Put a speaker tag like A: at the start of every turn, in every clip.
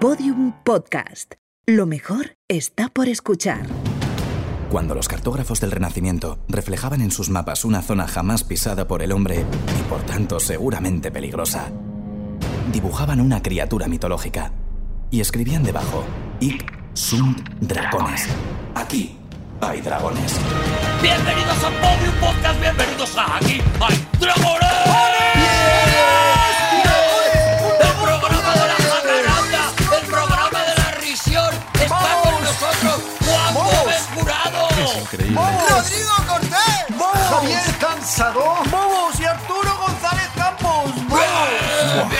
A: Podium Podcast. Lo mejor está por escuchar.
B: Cuando los cartógrafos del Renacimiento reflejaban en sus mapas una zona jamás pisada por el hombre y por tanto seguramente peligrosa, dibujaban una criatura mitológica y escribían debajo: Ic sunt dragones. Aquí hay dragones.
C: Bienvenidos a Podium Podcast, bienvenidos a Aquí hay Dragones. El programa de la jacaranda, el programa de la risión, está con nosotros Juan Gómez Jurado.
D: ¡Rodrigo Cortés! ¡Javier Cansado! ¡Vamos! ¡Y Arturo González Campos! ¡Vamos! ¡Vamos!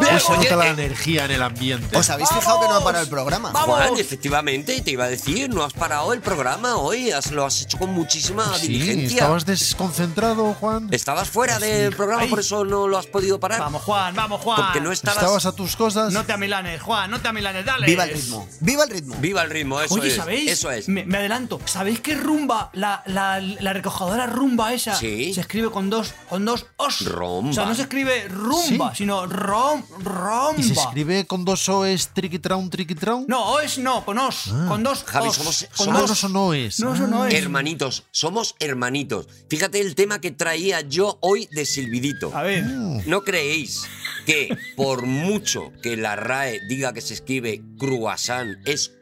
E: Hoy se
C: Oye,
E: nota la
C: eh,
E: energía en el ambiente.
D: ¿Os habéis fijado que no ha parado el programa?
C: Juan, efectivamente, te iba a decir, no has parado el programa hoy, has- lo has hecho con muchísima
E: sí,
C: diligencia.
E: estabas desconcentrado, Juan.
C: Estabas fuera del programa, por eso no lo has podido parar.
F: Vamos, Juan, vamos, Juan.
C: Porque no estabas...
E: Estabas a tus cosas.
F: No te amilanes, Juan, no te amilanes, dale.
D: ¡Viva el ritmo! ¡Viva el ritmo!
C: Viva el ritmo, eso
F: Oye,
C: es.
F: ¿sabéis?
C: Eso es.
F: Me, me adelanto. ¿Sabéis que rumba, la, la, la recojadora rumba esa,
C: Sí.
F: se escribe con dos, con dos os?
C: Romba.
F: O sea, no se escribe rumba,
E: Sí.
F: sino rom, romba.
E: Y se escribe con dos O's, triquitraun, triquitraun.
F: No, os no, con os, con dos
C: Javi,
F: os,
C: somos-
F: con
C: somos-
E: Ah,
F: dos.
E: no son Ah. O's.
F: No, eso no es.
C: Hermanitos, somos hermanitos. Fíjate el tema que traía yo hoy de Silvidito.
F: A ver,
E: Mm.
C: ¿No creéis que por mucho que la RAE diga que se escribe croissant, es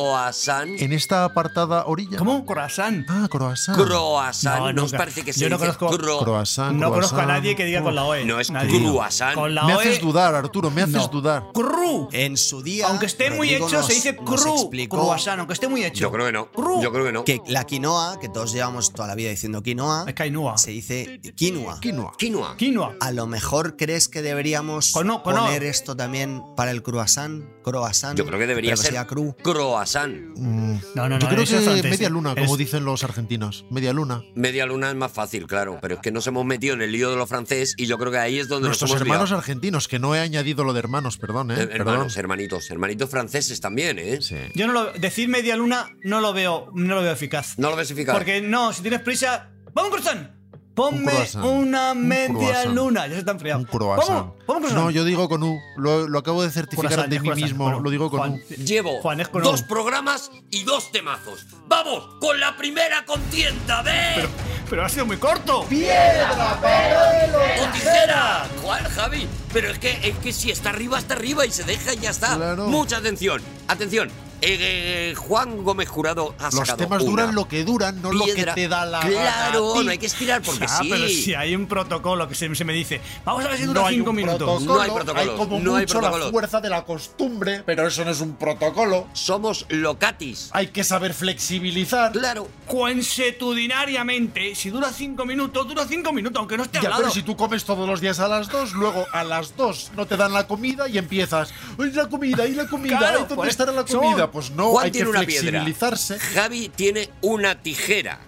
C: croissant?
E: En esta apartada orilla.
F: ¿cómo? Corazán.
E: Ah, croissant.
C: Croissant.
F: No,
C: ¿No os
F: nunca.
C: parece que se
F: Yo no
C: dice
F: conozco-
C: cro-
E: croissant.
F: No
E: croissant.
F: conozco a nadie que diga con la OE.
C: No, es
F: Nadie.
C: cruasán.
F: Con la
E: Me
F: OE.
E: haces dudar, Arturo, me haces
F: no.
E: dudar.
F: Cru.
D: En su día.
F: Aunque esté muy
D: Rodrigo
F: hecho, se
D: nos-
F: dice
D: nos
F: cru.
D: explicó
F: Cruasán, aunque esté muy hecho.
C: Yo creo que no.
F: Cru.
C: Yo creo que no.
D: que la quinoa, que todos llevamos toda la vida diciendo quinoa,
F: Es quinoa.
D: se dice quinoa.
E: Quinoa.
C: Quinoa.
F: Quinoa.
E: Ah,
D: A lo mejor crees que deberíamos
F: Cono- cono.
D: poner esto también para el croissant. Croissant.
C: Yo creo que debería
D: pero
C: ser
D: sea cru.
C: croissant.
E: Mm,
F: No, no,
E: Yo
F: no,
E: creo
F: eso es
E: que
F: francés,
E: media
F: eh.
E: luna, como
F: Es-
E: dicen los argentinos. Media luna.
C: Media luna es más fácil, claro, pero es que nos hemos metido en el lío de lo francés y yo creo que ahí es donde
E: Nuestros
C: nos hemos
E: hermanos
C: liado.
E: argentinos, que no he añadido lo de hermanos, perdón, ¿eh?
C: Eh, hermanos,
E: perdón.
C: hermanitos, hermanitos franceses también, ¿eh?
E: Sí.
F: Yo no lo decir media luna no lo veo, no lo veo eficaz.
C: No lo versificado.
F: Porque no, si tienes prisa, vamos croissant. Ponme
E: Un croissant.
F: una
E: Un
F: media
E: croissant.
F: luna, ya se está enfriado.
E: Un croissant.
F: Vamos, vamos croissant.
E: No, yo digo con U. Lo, lo acabo de certificar
F: Croissant,
E: de
F: es
E: mí
F: croissant.
E: mismo.
F: Bueno,
E: lo digo con
F: Juan, eh,
E: U.
C: Llevo
F: Juan, es con
C: dos
F: U.
C: programas y dos temazos. ¡Vamos con la primera contienda de
F: Pero ha sido muy corto.
C: o tijera! ¿Cuál, Javi? Pero es que, es que si está arriba, está arriba y se deja y ya está.
E: Claro.
C: Mucha atención. Atención. Eh, eh, Juan Gómez Jurado ha
E: Los
C: sacado
E: temas
C: una
E: duran lo que duran, no lo que
C: piedra.
E: te da la gana a
C: Claro,
E: ti.
C: no hay que estirar porque
F: ah,
C: sí.
F: pero si hay un protocolo que se, se me dice, vamos a ver si dura
E: No hay un
F: cinco minutos.
E: protocolo,
C: No hay protocolos,
E: como
C: no hay
E: mucho
C: protocolos.
E: la fuerza de la costumbre, pero eso no es un protocolo.
C: Somos locatis.
F: Ah,
E: Hay que saber flexibilizar.
C: Claro.
F: Coinsetudinariamente, si dura cinco minutos, dura cinco minutos, aunque no esté
E: Ya,
F: hablado.
E: pero si tú comes todos los días a las 2, luego a las 2 no te dan la comida y empiezas. ¡Ay, la comida! ¡Ay, la comida!
F: Claro,
E: ¿ay, ¿Dónde
F: pues,
E: estará la
F: son-
E: comida? Pues no,
C: Juan
E: hay que
C: tiene una piedra.
E: flexibilizarse.
C: Javi tiene una tijera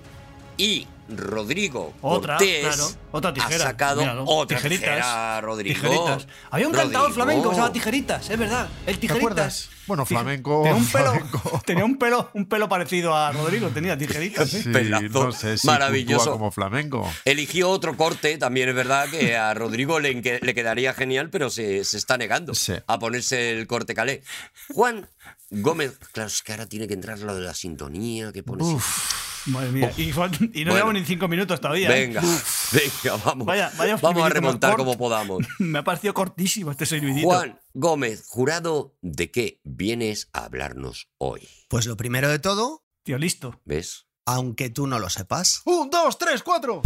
C: y Rodrigo
F: Otra,
C: Cortés
F: claro, otra
C: ha
F: tijera.
C: sacado
F: Míralo.
C: otra
F: Tijeritas,
C: tijera, Rodrigo.
F: Tijeritas. Había un cantador
C: Rodrigo.
F: flamenco que se llamaba Tijeritas, es verdad. El Tijeritas.
E: acuerdas? Bueno, flamenco,
F: Tenía un pelo,
E: flamenco.
F: tenía un pelo, un pelo parecido a Rodrigo, tenía Tijeritas. ¿eh?
C: pelazo maravilloso. como
E: flamenco.
C: Eligió otro corte, también es verdad que a Rodrigo le, enque- le quedaría genial, pero se, se está negando
E: Sí.
C: a ponerse el corte calé. Juan Gómez, claro, es que ahora tiene que entrar lo de la sintonía, que pones.
F: Madre mía. Y, Juan- y no
C: Oh. Bueno.
F: llevamos ni cinco minutos todavía. ¿eh?
C: Venga, venga, vamos.
F: Vaya- vaya
C: vamos a
F: flibilito más
C: remontar
F: corto.
C: como podamos.
F: Me ha parecido cortísimo este servidito.
C: Juan Gómez, jurado, ¿de qué vienes a hablarnos hoy?
D: Pues lo primero de todo,
F: Tío, listo.
C: ¿Ves?
D: aunque tú no lo sepas.
E: ¡Un, dos, tres, cuatro!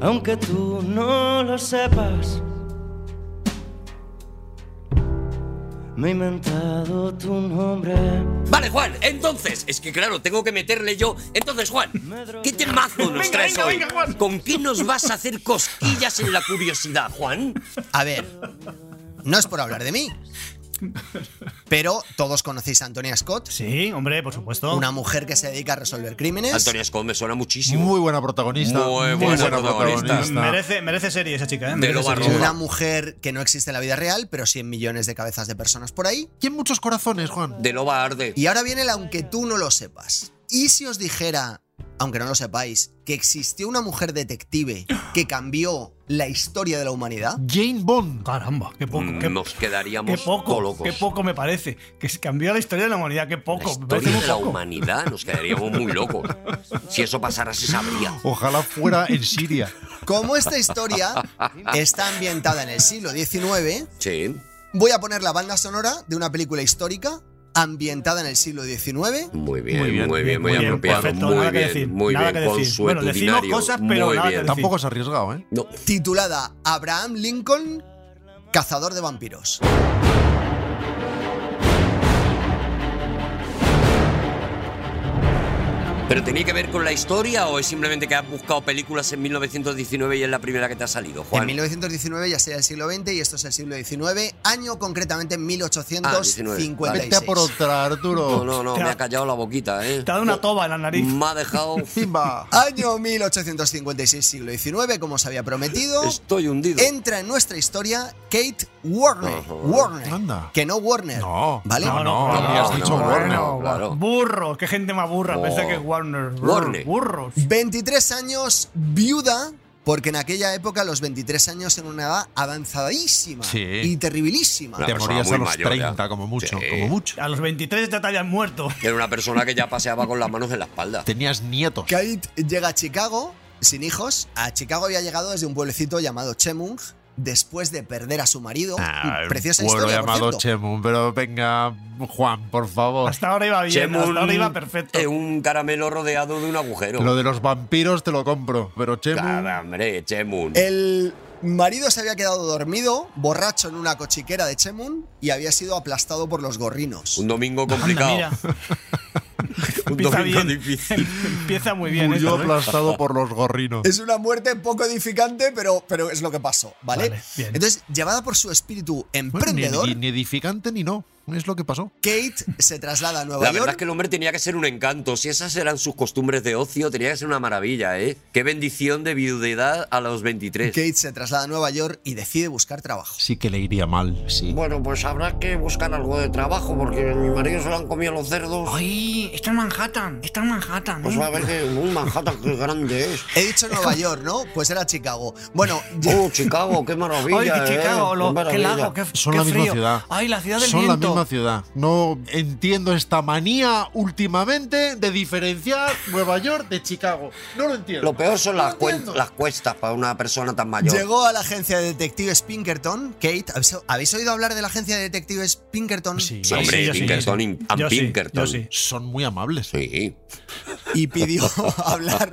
G: aunque tú no lo sepas. Me he inventado tu nombre.
C: Vale, Juan, entonces, es que claro, tengo que meterle yo. Entonces, Juan, ¿qué temazo nos
F: Venga,
C: traes
F: venga,
C: hoy?
F: venga, Juan.
C: ¿Con qué nos vas a hacer cosquillas en la curiosidad, Juan?
D: A ver, no es por hablar de mí. Pero todos conocéis a Antonia Scott,
F: Sí, hombre, por supuesto.
D: una mujer que se dedica a resolver crímenes.
C: Antonio Scott me suena muchísimo.
E: Muy buena protagonista.
C: Muy buena protagonista.
F: Merece, merece serie esa chica, ¿eh?
C: De
F: Merece
C: lo
F: serie.
C: barro.
D: Una mujer que no existe en la vida real, pero sí en millones de cabezas de personas por ahí.
E: Tiene muchos corazones, Juan.
C: De Loba Arde.
D: Y ahora viene el aunque tú no lo sepas. ¿Y si os dijera, aunque no lo sepáis, que existió una mujer detective que cambió la historia de la humanidad?
E: Jane Bond.
F: Caramba, qué poco. Qué,
C: Mm, Nos
F: qué
C: quedaríamos
F: poco.
C: colocos.
F: Qué poco me parece. Que se cambió la historia de la humanidad. Qué
C: La
F: poco. me
C: historia
F: parece muy
C: de la
F: poco.
C: humanidad, nos quedaríamos muy locos. Si eso pasara, se sabría.
F: Oh.
E: Ojalá fuera en Siria.
D: Como esta historia está ambientada en el siglo XIX,
C: Sí,
D: voy a poner la banda sonora de una película histórica ambientada en el siglo XIX.
C: muy bien,
E: Muy
C: muy
E: bien,
C: bien, muy,
F: muy bien,
C: apropiado,
F: perfecto,
C: muy
F: nada que
C: bien,
F: decir,
C: muy
F: nada
C: bien,
F: que decir. Bueno, decimos
C: consuetudinario,
F: cosas, pero
C: muy
F: nada que
C: bien.
F: decir.
E: Tampoco es arriesgado, ¿eh?
C: No,
D: titulada Abraham Lincoln, Cazador de Vampiros.
C: pero tenía que ver con la historia o es simplemente que has buscado películas en 1919 y es la primera que te ha salido,
D: En
C: Juan.
D: 1919 ya sería el siglo XX y esto es el siglo XIX, año concretamente en
C: Ah, 19, vale.
E: Vete a
D: 1856.
E: por otra, Arturo.
C: No, no, no,
F: Te
C: me
F: ha-
C: ha callado la boquita, ¿eh?
F: Te ha dado una toba en la nariz.
C: Me ha dejado.
E: Simba.
D: Año 1856, siglo XIX, como os había prometido.
C: Estoy hundido.
D: Entra en nuestra historia Kate Warner.
C: Ajá.
D: Warner.
E: Anda.
D: Que no Warner.
E: No,
D: ¿Vale?
E: no, no.
F: claro,
E: habrías
F: no,
E: dicho
F: no,
E: Warner,
F: no,
C: claro.
F: Burro, qué gente más burra.
C: Oh.
F: Pensé que Warner. Brr,
C: Warner.
F: Burros.
D: 23 años viuda, porque en aquella época los 23 años eran una edad avanzadísima
E: Sí.
D: y terribilísima.
C: Claro.
E: Te
C: persona
E: morías a
C: muy
E: los
C: mayor,
E: 30,
C: ya.
E: como mucho,
C: Sí.
E: como mucho.
F: A los 23 ya te habían muerto.
C: Era una persona que ya paseaba con las manos en la espalda.
E: Tenías nietos.
D: Kate llega a Chicago sin hijos. A Chicago había llegado desde un pueblecito llamado Chemung después de perder a su marido.
E: Ah,
D: Preciosa
E: un pueblo
D: historia, por
E: llamado
D: cierto.
E: Chemun, pero venga, Juan, por favor.
F: Hasta ahora iba bien.
C: Chemun
F: hasta ahora iba perfecto.
C: Es un caramelo rodeado de un agujero.
E: Lo de los vampiros te lo compro, pero Chemun.
C: Cara, hombre, Chemun.
D: Eh, El marido se había quedado dormido, borracho en una cochiquera de Chemung y había sido aplastado por los gorrinos.
C: Un domingo
F: Anda,
C: complicado.
F: mira.
C: un
F: Empieza
C: domingo
F: bien.
C: difícil.
F: Empieza muy bien.
E: Murió
F: esto, ¿eh?
E: aplastado por los gorrinos.
D: Es una muerte poco edificante, pero, pero es lo que pasó, ¿vale?
F: Vale, bien.
D: Entonces, llevada por su espíritu
E: Bueno, ni,
D: emprendedor,
E: ni- ni edificante ni no. Es lo que pasó.
D: Kate se traslada a Nueva
C: La
D: York.
C: verdad es que el hombre tenía que ser un encanto. Si esas eran sus costumbres de ocio, tenía que ser una maravilla, ¿eh? Qué bendición de viudedad a los 23.
D: Kate se traslada a Nueva York y decide buscar trabajo.
E: Sí que le iría mal, sí.
C: Bueno, pues habrá que buscar algo de trabajo porque a mi marido se lo han comido los cerdos.
F: Ay, está en Manhattan. Está en Manhattan. ¿eh?
C: Pues va a ver que un Manhattan qué grande es.
D: He dicho Nueva York, ¿no? Pues era Chicago. Bueno, ya-
C: Oh, Chicago, qué maravilla.
F: Ay,
C: ¿eh?
F: qué Chicago, lo-
C: Qué
F: qué
C: maravilla.
F: lago, qué,
E: Son
F: qué
E: la misma
F: frío.
E: ciudad.
F: Ay, la ciudad del
E: Son la
F: viento.
E: misma ciudad. No entiendo esta manía últimamente de diferenciar Nueva York de Chicago. No lo entiendo.
C: Lo peor son
E: No
C: las,
E: lo
C: cuen-
E: entiendo.
C: las cuestas para una persona tan mayor.
D: llegó a la agencia de detectives Pinkerton. Kate, ¿habéis, habéis oído hablar de la agencia de detectives Pinkerton?
E: Sí.
C: Sí, hombre,
F: Sí, yo sí,
C: Pinkerton,
F: yo sí.
C: in- and
F: Yo sí,
C: Pinkerton.
F: yo sí.
E: Son muy amables.
C: Sí.
D: Y pidió hablar.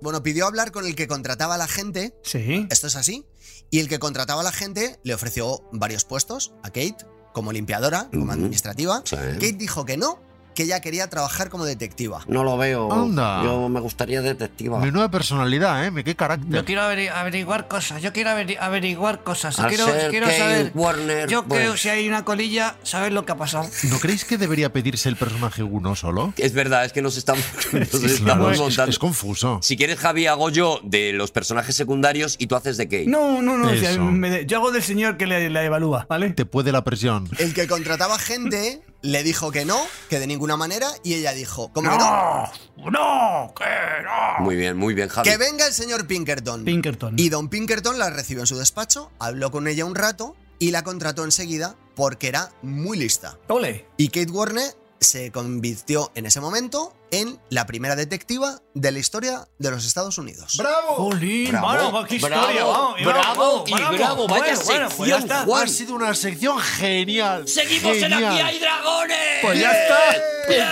D: bueno, pidió hablar con el que contrataba a la gente.
F: Sí.
D: Esto es así. Y el que contrataba a la gente le ofreció varios puestos a Kate, como limpiadora, como
C: Ujú.
D: administrativa.
C: Sí.
D: Kate dijo que no, que ella quería trabajar como detectiva.
C: No lo veo.
E: Anda.
C: Yo me gustaría detectiva.
E: Menuda personalidad, ¿eh? Me- Qué carácter.
F: Yo quiero averi- averiguar cosas, yo quiero averi- averiguar cosas,
C: Al
F: quiero,
C: ser
F: quiero
C: Kate
F: saber.
C: Warner,
F: yo
C: pues-
F: creo si hay una colilla, saber lo que ha pasado.
E: ¿No creéis que debería pedirse el personaje uno solo?
C: Es verdad, es que nos estamos, nos
E: Claro,
C: estamos
E: es, es-
C: montando.
E: es confuso.
C: Si quieres, Javi, hago yo de los personajes secundarios y tú haces de Kate.
F: No, no, no, o sea,
E: Eso.
F: me de- yo hago del señor que le- la evalúa, ¿vale?
E: Te puede la presión.
D: El que contrataba gente le dijo que no, que de ninguna manera, y ella dijo, como que no,
F: ¡No! ¡Que no!
C: Muy bien, muy bien, Javi.
D: que venga el señor Pinkerton.
F: Pinkerton.
D: Y don Pinkerton la recibió en su despacho, habló con ella un rato y la contrató enseguida porque era muy lista.
F: Ole.
D: Y Kate Warner se convirtió en ese momento en la primera detectiva de la historia de los Estados Unidos.
E: ¡Bravo!
F: Jolín,
C: Bravo,
F: bueno, qué
C: bravo,
F: historia, vamos, y
C: bravo
F: vamos,
C: y
F: vamos.
C: bravo, vaya
F: Bueno, bueno, pues ya
C: sección,
F: está.
C: Juan.
E: Ha sido una sección genial.
C: ¡Seguimos en
E: Genial.
C: Aquí hay dragones!
F: Pues ya está.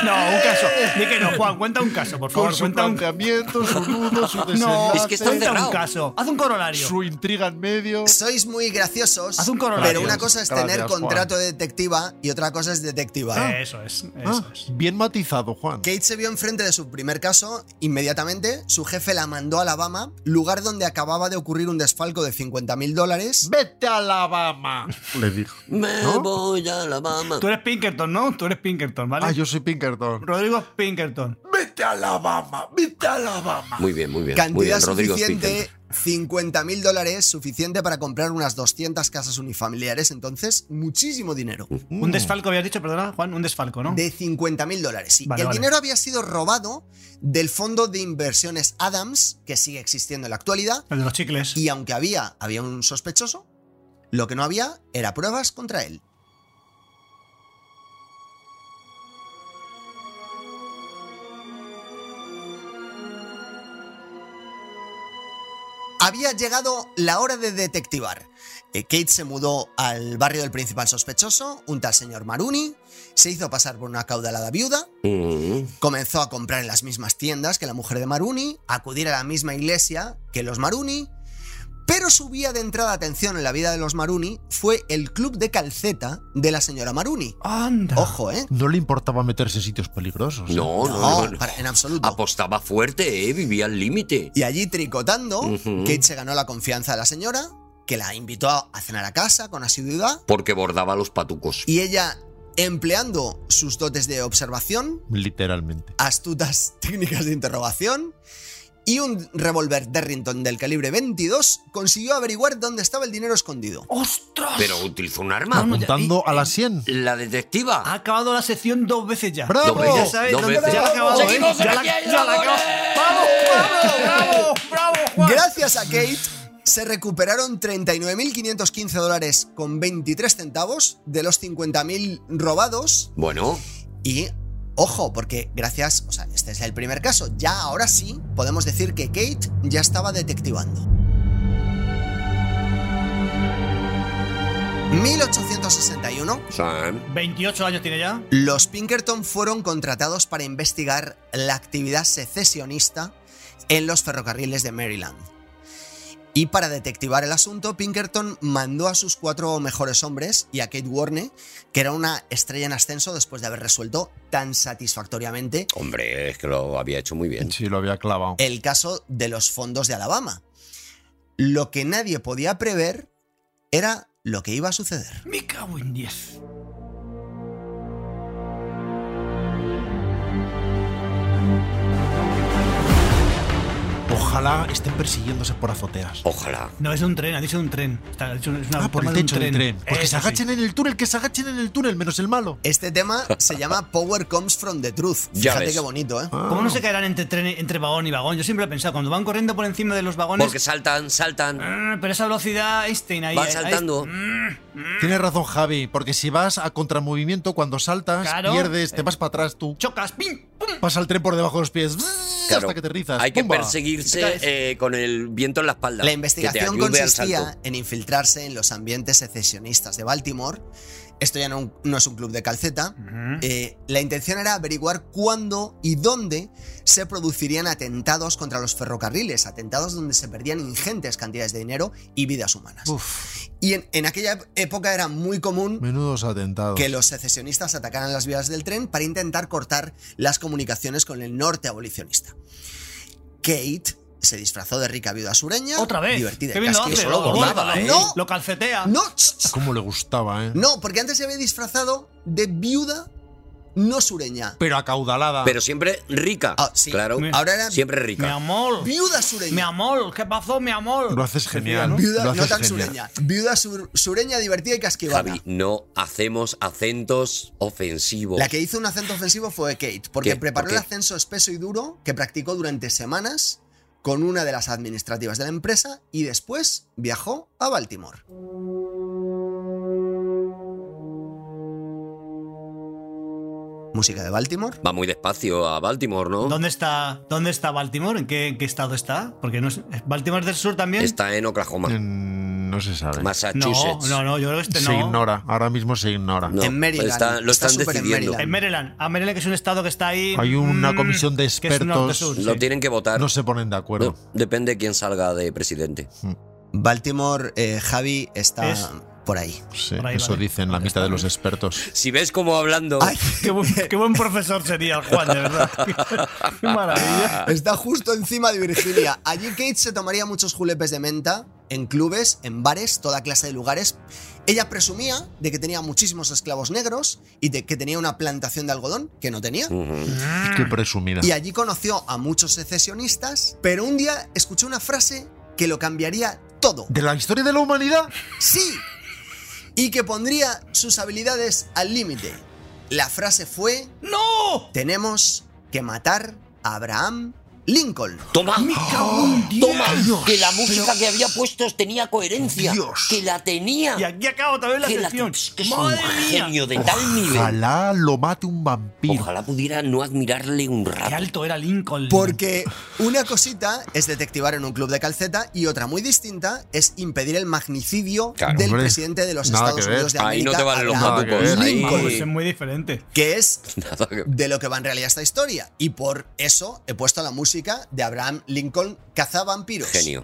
F: No, un caso. Di que no, Juan, cuenta un caso, por favor.
E: Con su
F: cuenta un
E: planteamiento, su nudo, su
F: No,
E: desenlace,
C: Es que está
F: cuenta un
C: cerrado.
F: caso. Haz un corolario.
E: su intriga en medio.
D: Sois muy graciosos,
F: Haz un corolario.
D: pero una cosa es
E: Gracias,
D: tener
E: Juan.
D: contrato de detectiva y otra cosa es detectiva.
F: Eso es, eso
E: Ah,
F: es.
E: bien matizado, Juan.
D: Kate se vio enfrente de su primer caso, inmediatamente su jefe la mandó a Alabama, lugar donde acababa de ocurrir un desfalco de 50 mil dólares.
E: ¡Vete a Alabama! Le dijo.
C: Me
E: ¿No?
C: voy a la mama.
F: Tú eres Pinkerton, ¿no? Tú eres Pinkerton, ¿vale?
E: Ah, yo soy Pinkerton.
F: Rodrigo es Pinkerton.
E: ¡Me Vete a Alabama, vete a Alabama.
C: Muy bien, muy bien. muy
D: Cantidad
C: bien, Rodrigo
D: suficiente,
C: Spiegel.
D: 50.000 dólares, suficiente para comprar unas 200 casas unifamiliares, entonces muchísimo dinero.
F: Un desfalco, habías dicho, perdona, Juan, un desfalco, ¿no?
D: De 50.000 dólares. sí.
F: Vale,
D: el
F: vale.
D: dinero había sido robado del fondo de inversiones Adams, que sigue existiendo en la actualidad,
F: El de los chicles.
D: y aunque había, había un sospechoso, lo que no había era pruebas contra él. Había llegado la hora de detectivar. Eh, Kate se mudó al barrio del principal sospechoso, un tal señor Maruni, se hizo pasar por una acaudalada viuda,
C: Mm.
D: comenzó a comprar en las mismas tiendas que la mujer de Maruni, a acudir a la misma iglesia que los Maruni, pero su vía de entrada de atención en la vida de los Maruni fue el club de calceta de la señora Maruni.
F: Ah.
H: Anda.
D: Ojo, ¿eh?
E: No le importaba meterse en sitios peligrosos. ¿eh?
C: No, no,
D: No,
C: no, no.
D: para- en absoluto.
C: Apostaba fuerte, eh, vivía al límite.
D: Y allí tricotando,
C: Ujú.
D: Kate se ganó la confianza de la señora, que la invitó a a cenar a casa con asiduidad,
C: Porque bordaba los patucos.
D: y ella, empleando sus dotes de observación,
E: Literalmente.
D: astutas técnicas de interrogación y un revólver Derrington del calibre 22 consiguió averiguar dónde estaba el dinero escondido.
H: ¡Ostras!
C: Pero utilizó un arma.
H: No, no,
E: Apuntando
H: y-
E: a la 100.
C: La detectiva.
F: Ah.
H: Ha acabado la sección dos veces ya.
E: ¡Bravo!
C: Dos
H: Ya
C: veces,
H: sabes,
C: dos
H: dónde-
C: veces.
H: ya la ha acabado, ¿eh?
I: Seguimos en
H: Ya la-
I: Aquí hay
H: ya la ha acabado.
I: Dragones.
H: ¡Vamos, bravo, bravo, bravo, Juan!
D: Gracias a Kate se recuperaron 39.515 dólares con 23 centavos de los 50.000 robados
C: Bueno,
D: y... Ojo, porque gracias, o sea, este es el primer caso. Ya ahora sí podemos decir que Kate ya estaba detectivando. 1861,
C: Sam.
F: 28 años tiene ya.
D: Los Pinkerton fueron contratados para investigar la actividad secesionista en los ferrocarriles de Maryland. Y para detectivar el asunto, Pinkerton mandó a sus cuatro mejores hombres y a Kate Warne, que era una estrella en ascenso después de haber resuelto tan satisfactoriamente
C: Hombre, es que lo había hecho muy bien.
E: Sí, lo había clavado.
D: el caso de los fondos de Alabama. Lo que nadie podía prever era lo que iba a suceder.
H: Me cago en 10.
E: Ojalá estén persiguiéndose por azoteas.
C: Ojalá.
F: No, es de un tren, ha dicho de un tren. Está, ha dicho- es una
E: Ah, por
F: toma
E: el
F: de un
E: techo del tren. Pues que se
F: Eso sí.
E: agachen en el túnel, que se agachen en el túnel, menos el malo.
D: Este tema se llama Power Comes from the Truth.
C: Ya
D: Fíjate
C: ves.
D: qué bonito, ¿eh?
F: ¿Cómo no
E: Ah.
F: se caerán entre, tren, entre vagón y vagón? Yo siempre he pensado, cuando van corriendo por encima de los vagones.
C: Porque saltan, saltan.
F: Ah, Pero esa velocidad Einstein ahí.
C: Van
F: ahí- mm,
C: saltando.
E: Tienes razón, Javi, porque si vas a contramovimiento, cuando saltas,
F: Claro.
E: pierdes, te vas para atrás tú.
F: Chocas, pim, pum.
E: Pasa el tren por debajo de los pies.
C: Claro,
E: hasta que te rizas.
C: Hay que
E: ¡Pumba!
C: perseguirse eh, con el viento en la espalda.
D: La
C: que te
D: investigación
C: ayude al
D: consistía
C: salto.
D: en infiltrarse en los ambientes secesionistas de Baltimore. Esto ya no, no es un club de calceta. Eh, la intención era averiguar cuándo y dónde se producirían atentados contra los ferrocarriles, atentados donde se perdían ingentes cantidades de dinero y vidas humanas.
E: Uf,
D: Y en, en aquella época era muy común
E: menudos atentados.
D: que los secesionistas atacaran las vías del tren para intentar cortar las comunicaciones con el norte abolicionista. Kate se disfrazó de rica viuda sureña.
F: Otra vez.
D: Divertida.
F: Qué
D: y
F: bien lo
D: casqui-
F: hace.
C: eso
F: lo
C: lo bordaba,
F: bordaba,
C: ¿eh?
D: No.
F: Lo calcetea.
D: No, ch, ch,
E: Cómo le gustaba, ¿eh?
D: no, porque antes se había disfrazado de viuda no sureña.
E: Pero acaudalada.
C: Pero siempre rica.
D: Ah, sí.
C: Claro.
F: Mi-
D: Ahora era
C: Siempre
F: Mi
C: rica.
F: amor.
D: viuda
F: Mi
D: sureña.
F: amor. ¿Qué pasó, mi amor?
E: lo haces genial.
D: Viuda
E: lo
D: no
E: haces
D: tan
E: genial.
D: sureña. Viuda sur- sureña divertida y casquivana.
C: Javi, no hacemos acentos ofensivos.
D: La que hizo un acento ofensivo fue Kate, porque
C: ¿Qué?
D: preparó
C: ¿Por qué?
D: el ascenso espeso y duro que practicó durante semanas con una de las administrativas de la empresa y después viajó a Baltimore. Música de Baltimore.
C: Va muy despacio a Baltimore, ¿no?
F: ¿Dónde está, ¿Dónde está Baltimore? ¿En qué, en qué estado está? Porque no es, ¿Baltimore es del sur también?
C: Está en Oklahoma,
E: Mm, No se sabe.
F: no,
C: Massachusetts.
F: no, no, yo creo que este
E: se
F: no.
E: ignora. Ahora mismo se ignora.
C: No,
D: En Maryland.
C: está- lo
D: Está
C: están
D: súper en
C: decidiendo.
D: Maryland.
F: En Maryland. A Maryland, que es un estado que está ahí.
E: Hay una
F: mm,
E: comisión de
F: que es norte,
E: expertos.
F: sur,
C: Lo
F: sí.
C: tienen que votar.
E: No se ponen de acuerdo.
C: No, depende de quién salga de presidente.
D: Baltimore, eh, Javi, está
F: Es-
D: por ahí.
E: Sí,
F: Por ahí, ¿eh?
E: eso
F: vale.
E: dicen la mitad de los expertos.
C: Si ves cómo hablando.
D: Ay,
F: Qué buen, qué buen profesor sería el Juan, de verdad. Qué maravilla.
D: está justo encima de Virginia. Allí Kate se tomaría muchos julepes de menta, en clubes, en bares, toda clase de lugares. Ella presumía de que tenía muchísimos esclavos negros y de que tenía una plantación de algodón, que no tenía.
F: Ah.
E: Qué presumida.
D: Y allí conoció a muchos secesionistas, pero un día escuchó una frase que lo cambiaría todo.
E: ¿De la historia de la humanidad?
D: ¡Sí! Y que pondría sus habilidades al límite. La frase fue:
H: ¡No!
D: Tenemos que matar a Abraham Lincoln.
I: Toma,
C: ¡Oh!
I: toma, que la música
E: Pero-
I: que había puesto tenía coherencia,
E: Dios.
I: que la tenía,
F: Y aquí acaba también la
I: que la
F: sección.
I: es que es un
F: ¡Madre mía!
I: genio de tal nivel.
E: Ojalá lo mate un vampiro.
I: Ojalá pudiera no admirarle un
H: ¡Qué
I: rato.
H: alto era Lincoln!
D: Porque una cosita es detectivar en un club de calceta y otra muy distinta es impedir el magnicidio
C: Claro,
D: del
E: hombre.
D: presidente de los
E: Nada
D: Estados
E: que ver.
D: Unidos de
C: Ahí
D: América.
C: no te valen los
D: Abraham
E: Nada que ver.
C: mapupos. Ahí,
F: Ah,
D: Lincoln.
F: pues es muy diferente.
D: que es
C: nada que-
D: de lo que va en realidad esta historia. Y por eso he puesto la música de Abraham Lincoln Cazavampiros.
C: genio.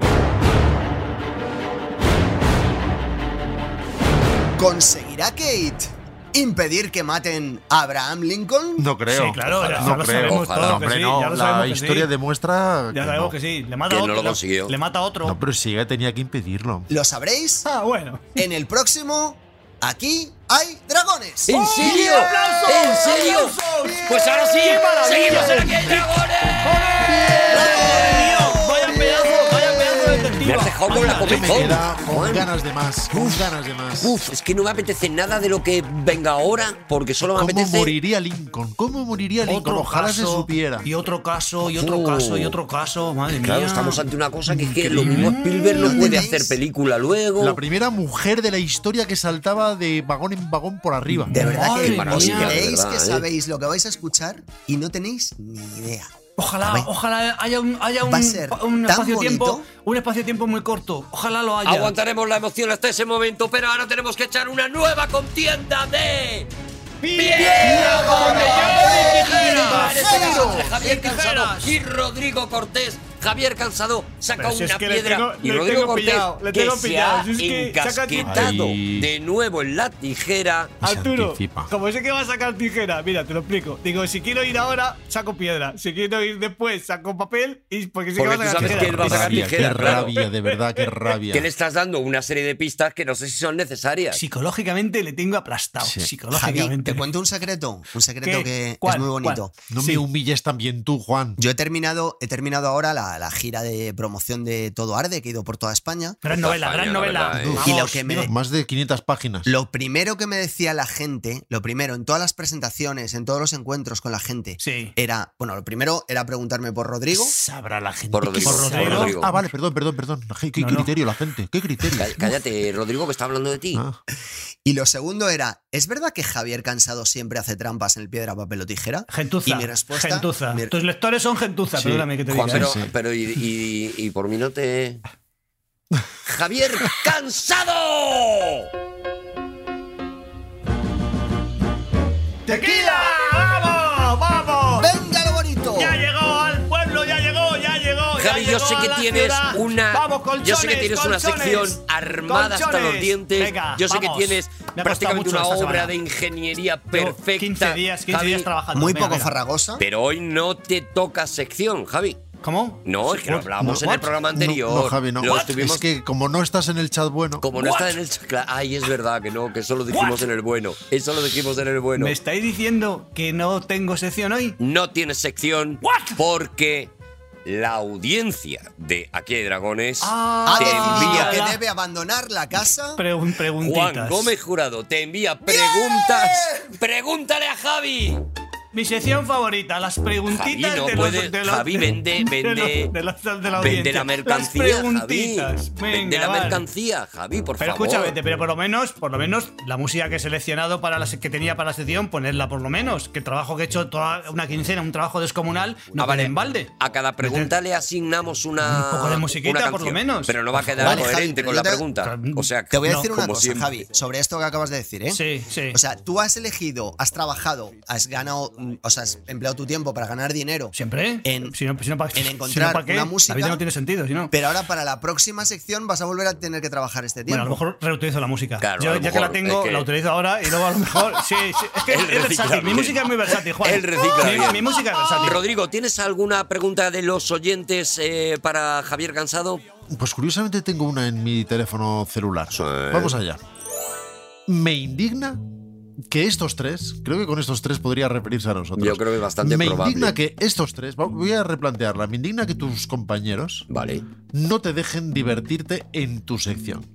D: ¿Conseguirá Kate impedir que maten a Abraham Lincoln?
E: No creo.
F: Sí, claro, ya
E: no
F: lo
E: creo.
F: sabemos
C: Ojalá,
F: todo. que
E: Hombre,
F: sí,
E: no,
F: ya lo
E: la
F: sabemos que sí.
E: historia demuestra
F: Ya
E: que
F: sabemos
E: no.
F: que sí. Le mata
C: Que
F: a
C: no
F: otro.
C: lo consiguió.
F: Le mata a otro.
E: No, pero si ella tenía que impedirlo.
D: Lo sabréis
F: Ah, bueno.
D: en el próximo Aquí hay dragones.
I: ¿En serio?
F: ¡Aplausos!
I: ¿En serio? Pues ahora sí, seguimos en Aquí hay Dragones.
F: Vaya pedazo, vaya pedazo de detective.
C: Me has dejado con la
F: Anda,
E: Me
C: comezón.
E: queda con
C: Juan.
E: ganas de más. Con ganas de más.
C: Uf, es que no me apetece nada de lo que venga ahora, porque solo me
E: ¿Cómo
C: apetece.
E: moriría Lincoln? ¿Cómo moriría Lincoln?
H: otro
E: Ojalá
H: caso,
E: se supiera.
H: Y otro caso, y otro
C: Oh.
H: caso, y otro caso. Madre
C: Claro,
H: mía.
C: estamos ante una cosa que es que lo mismo Spielberg no puede hacer película luego.
E: La primera mujer de la historia que saltaba de vagón en vagón por arriba.
D: De verdad
H: Madre
D: que
H: mía.
D: os
H: Maravilla,
C: de
D: creéis
C: verdad,
D: que
C: ¿eh?
D: sabéis lo que vais a escuchar y no tenéis ni idea. A ver.
H: Ojalá, ojalá haya un, haya un,
D: Va a ser
H: un
D: tan
H: espacio-tiempo
D: bonito.
H: un espacio-tiempo muy corto. Ojalá lo haya.
C: Aguantaremos la emoción hasta ese momento, pero ahora tenemos que echar una nueva contienda de.
I: ¡Piedra, papel, tijera! En este caso, entre Javier
H: ¡Y
I: Cansado
H: tijeras!
I: y Rodrigo Cortés. Javier Cansado saca
F: Pero si es
I: una
F: que le
I: piedra
F: tengo-
I: y
F: le
I: Rodrigo
F: tengo
I: Cortés
F: pillado, le
I: que
F: tengo
I: se
F: pillado.
I: ha
F: Si es que saca
I: encasquetado
E: tijera.
C: De nuevo en la tijera.
E: Se
F: Arturo,
E: anticipa.
F: como sé que va a sacar tijera, mira, te lo explico. Digo, si quiero ir ahora, saco piedra. Si quiero ir después, saco papel. Y porque sé
C: Porque
F: que
C: tú
F: va a sacar
C: sabes
F: tijera.
C: que él va a
E: Qué
C: sacar
E: rabia,
C: tijera,
E: qué
C: claro.
E: rabia, de verdad, qué rabia.
C: Que le estás dando una serie de pistas que no sé si son necesarias.
H: Psicológicamente le tengo aplastado.
E: Sí.
D: Javi,
H: Psicológicamente.
D: te cuento un secreto, un secreto
H: ¿Qué?
D: que es
H: ¿Cuál?
D: muy bonito.
E: No
H: Sí.
E: me humilles también tú, Juan.
D: Yo he terminado, he terminado ahora la, la gira de promoción de Todo Arde, que he ido por toda España.
H: gran novela, gran
C: España, la
H: novela.
C: verdad, ¿eh?
H: Vamos,
D: Y lo que me-
H: digo,
E: Más de 500 páginas.
D: Lo primero que me decía la gente, lo primero, en todas las presentaciones, en todos los encuentros con la gente,
H: Sí.
D: era, bueno, lo primero era preguntarme por Rodrigo.
H: Sabrá la gente.
C: Por
H: que
C: Rodrigo.
H: sabrá.
C: Por Rodrigo.
E: Ah, vale, perdón, perdón, perdón. Je, ¿Qué
H: No, no.
E: criterio la gente? ¿Qué criterio?
C: Cá- Cállate, Rodrigo, que está hablando de ti.
E: Ah,
D: Y lo segundo era, ¿es verdad que Javier Cansado siempre hace trampas en el piedra, papel o tijera?
H: Gentuza.
D: Y mi respuesta-
H: gentuza.
D: mi-
H: Tus lectores son gentuza,
E: Sí.
H: perdóname que te diga.
C: Juan, pero,
E: sí.
C: pero y, y- y por mí no te. ¡Javier Cansado!
F: ¡Tequila! ¡Vamos! ¡Vamos!
D: ¡Venga lo bonito!
F: ¡Ya llegó al pueblo! ¡Ya llegó! ¡Ya llegó! ya
C: Javi, yo
F: llegó
C: sé
F: a
C: que
F: la
C: tienes
F: ciudad.
C: una.
F: Vamos,
C: yo sé que
F: colchones,
C: tienes una
F: colchones,
C: sección armada hasta los
F: colchones.
C: dientes.
F: Venga,
C: yo sé
F: vamos.
C: que tienes
H: Me ha costado
C: prácticamente
H: mucho
C: una
H: esta
C: obra
H: semana.
C: de ingeniería
H: Llevo
C: perfecta.
H: 15 días, 15 días
C: Javi,
H: trabajando.
D: Muy
H: Ah, Venga,
D: poco
H: venga.
D: farragosa.
C: Pero hoy no te toca sección, Javi.
H: ¿Cómo?
C: No, es que
H: pues,
C: lo hablábamos en
E: what?
C: el programa
E: No,
C: anterior.
E: No, Javi, no.
C: Lo
E: What?
C: estuvimos-
E: Es que como no estás en el chat bueno.
C: Como no está en el. cla- Ay, es verdad que no, que eso lo dijimos en el bueno. Eso lo dijimos en el bueno.
H: ¿Me estáis diciendo que no tengo sección hoy?
C: no tiene sección porque la audiencia de Aquí hay dragones
H: Ah,
D: Ha
C: te
D: decidido
C: envía
D: que debe abandonar la casa.
H: Pregun- preguntitas.
C: Juan Gómez Jurado te envía preguntas. Pregúntale a Javi.
H: Mi sección favorita, las
C: Javi
H: preguntitas
C: no
H: de los
C: puede.
H: de los-
C: Javi vende,
H: de los-
C: vende.
H: de los- de la
C: vende
H: audiencia.
C: la
H: Las
C: mercancía, Javi.
H: preguntitas.
C: vende
H: Venga,
C: la
H: vale.
C: mercancía, Javi, por
H: Pero
C: favor.
H: escúchame, te- pero por lo menos, por lo menos, la música que he seleccionado para la se- que tenía para la sección, ponerla por lo menos. Que el trabajo que he hecho toda una quincena, un trabajo descomunal, no vale
C: Ah, vale.
H: en balde.
C: A cada pregunta le asignamos una.
H: Un poco de musiquita,
C: una
H: por lo
C: canción,
H: menos.
C: Pero no va a quedar
D: Vale, Javi,
C: coherente
D: pero
C: con
D: yo
C: la
D: te-
C: pregunta. O sea,
D: Te voy a
H: No,
D: decir una
C: como
D: cosa,
C: siempre.
D: Javi, sobre esto que acabas de decir, ¿eh?
H: Sí, sí.
D: O sea, tú has elegido, has trabajado, has ganado, mm, o sea, has empleado tu tiempo para ganar dinero.
H: Siempre. ¿eh?
D: En-
H: si no, si no pa-
D: en
H: si no,
D: encontrar
H: ¿pa' qué?
D: una música-
H: La vida no tiene sentido, si no.
D: Pero ahora para la próxima sección vas a volver a tener que trabajar este tiempo.
H: Bueno, a lo mejor reutilizo la música.
C: Claro,
H: Yo
C: a
H: ya
C: lo
H: que la
C: mejor,
H: tengo,
C: es que-
H: la utilizo ahora y luego a lo mejor. Sí, sí. Es que
C: Él
H: es versátil.
C: recicla
H: Mi
C: bien.
H: música es muy versátil, Juan.
C: Él recicla
H: Mi-
C: bien.
H: Mi música es versátil.
C: Rodrigo, ¿tienes alguna pregunta de los oyentes eh, para Javier Cansado?
E: Pues curiosamente tengo una en mi teléfono celular.
C: Sí.
E: Vamos allá. Me indigna que estos tres, creo que con estos tres podría referirse a nosotros.
C: Yo creo que es bastante
E: Me
C: probable.
E: indigna que estos tres, va- voy a replantearla, me indigna que tus compañeros
C: Vale.
E: no te dejen divertirte en tu sección.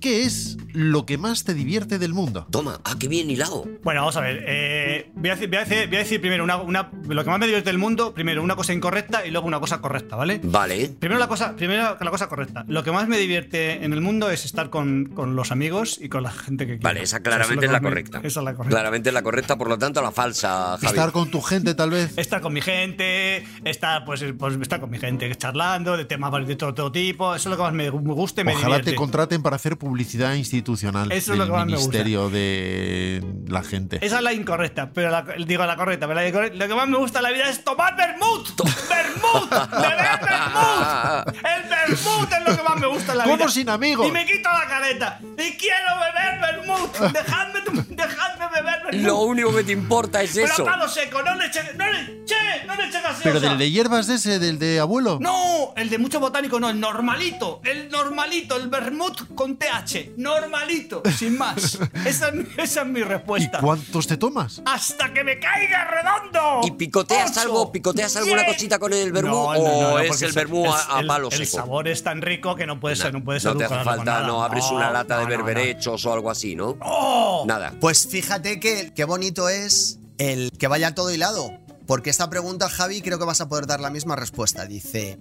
E: ¿Qué es lo que más te divierte del mundo?
C: Toma, ah, qué bien hilado.
F: Bueno, vamos a ver. eh, voy, a decir, voy a decir- voy a decir primero una, una- lo que más me divierte del mundo, primero una cosa incorrecta y luego una cosa correcta, ¿vale?
C: Vale.
F: Primero la cosa, primero la cosa correcta. Lo que más me divierte en el mundo es estar con, con los amigos y con la gente que quiero.
C: Vale, esa
F: Eso lo
C: claramente
F: que
C: es la
F: más me-
C: correcta.
F: Esa es la correcta.
C: Claramente es la correcta, por lo tanto la falsa, Javi.
E: Estar con tu gente tal vez.
F: Estar con mi gente, estar, pues, eh, pues, estar con mi gente, charlando de temas de todo, todo tipo. Eso es lo que más me gu- me gusta y me
E: Ojalá
F: divierte.
E: te contraten para hacer publicidad institucional
F: Eso
E: del
F: es lo que más me gusta.
E: Ministerio de la Gente.
F: Esa es la incorrecta, pero la, digo la correcta, pero la incorrecta- Lo que más me gusta en la vida es tomar vermut. ¡Vermut! ¡Beber vermut! El vermut es lo que más me gusta en la
E: ¿Cómo
F: vida.
E: sin amigos?
F: Y me quito la careta. Y quiero beber vermut. Dejadme, tom- dejadme beber vermut.
C: Lo único que te importa es
F: pero
C: eso.
F: a palo seco, no le eche. No le, che, no le eche gaseosa.
E: Pero del de hierbas de ese, del de abuelo.
F: No, el de mucho botánico no, el normalito, el normalito, el vermut con TH, normalito, sin más. Esa es mi, esa es mi
E: ¿Y
F: respuesta.
E: cuántos te tomas?
F: ¡Hasta que me caiga redondo!
C: ¿Y picoteas
F: Ocho,
C: algo? ¿Picoteas alguna
F: diez.
C: cosita con el vermú?
F: No, no, no, no,
C: ¿O es
F: porque
C: el vermú
F: es-
C: a, a
F: el-
C: palo
F: El
C: seco?
F: sabor es tan rico que no puede ser, no puedes
C: no te hace
F: edulcorarlo con
C: falta,
F: nada.
C: no abres una lata de
F: no, ¡Oh! no, no.
C: berberechos o algo así, ¿no? Nada.
D: Pues fíjate que qué bonito es el que vaya todo hilado. Porque esta pregunta, Javi, creo que vas a poder dar la misma respuesta. Dice: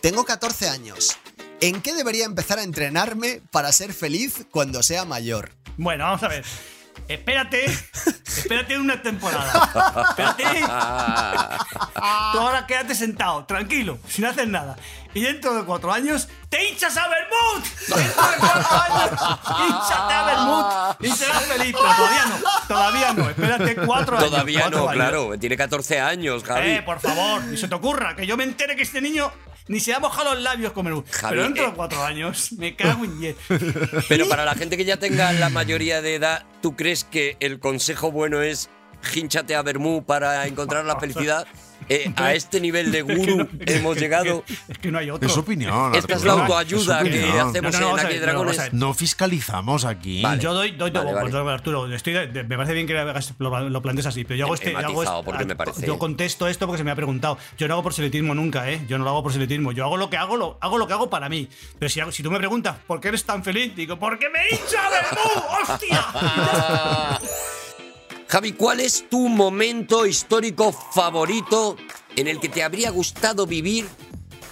D: Tengo 14 años. ¿En qué debería empezar a entrenarme para ser feliz cuando sea mayor?
F: Bueno, vamos a ver. Espérate, espérate una temporada. Espérate,
C: Ah,
F: tú ahora quédate sentado, tranquilo, sin hacer nada. Y dentro de cuatro años, ¡te hinchas a Bermud! Dentro de cuatro años, hinchate a Bermud y serás feliz. Pero todavía no, todavía no, espérate cuatro años.
C: Todavía
F: cuatro
C: no,
F: años.
C: claro. Tiene 14 años, Javi.
F: Eh, por favor, ni se te ocurra que yo me entere que este niño ni se ha mojado los labios con menú.
C: Javi,
F: Pero dentro
C: eh.
F: de cuatro años, me cago en diez.
C: Pero para la gente que ya tenga la mayoría de edad, ¿tú crees que el consejo bueno es hinchate a Bermú para encontrar la felicidad? Eh, a este nivel de gurú hemos llegado.
F: Es que no hay otro.
E: Es opinión.
C: Esta es la
E: Arturo.
C: autoayuda
E: Es
C: que
E: opinión.
C: hacemos
F: No, no, vamos
C: en
F: a
C: Aquí
F: ver, no,
C: Dragones.
F: vamos a ver.
E: No fiscalizamos aquí.
C: Vale.
F: Yo doy, doy,
C: Vale,
F: doy
C: vale.
F: pues, Arturo, estoy, de- me parece bien que le hagas- lo, lo plantees así, pero yo hago
C: He
F: este. yo hago
C: matizado,
F: este-
C: porque me
F: ah,
C: parece-
F: yo contesto esto porque se me ha preguntado. Yo no hago proselitismo nunca, ¿eh? Yo no lo hago proselitismo. Yo hago lo que hago, lo, hago lo que hago para mí. Pero si, hago- si tú me preguntas, ¿por qué eres tan feliz? Digo, porque me hincha de ¡Hostia!
C: Ah. Javi, ¿cuál es tu momento histórico favorito en el que te habría gustado vivir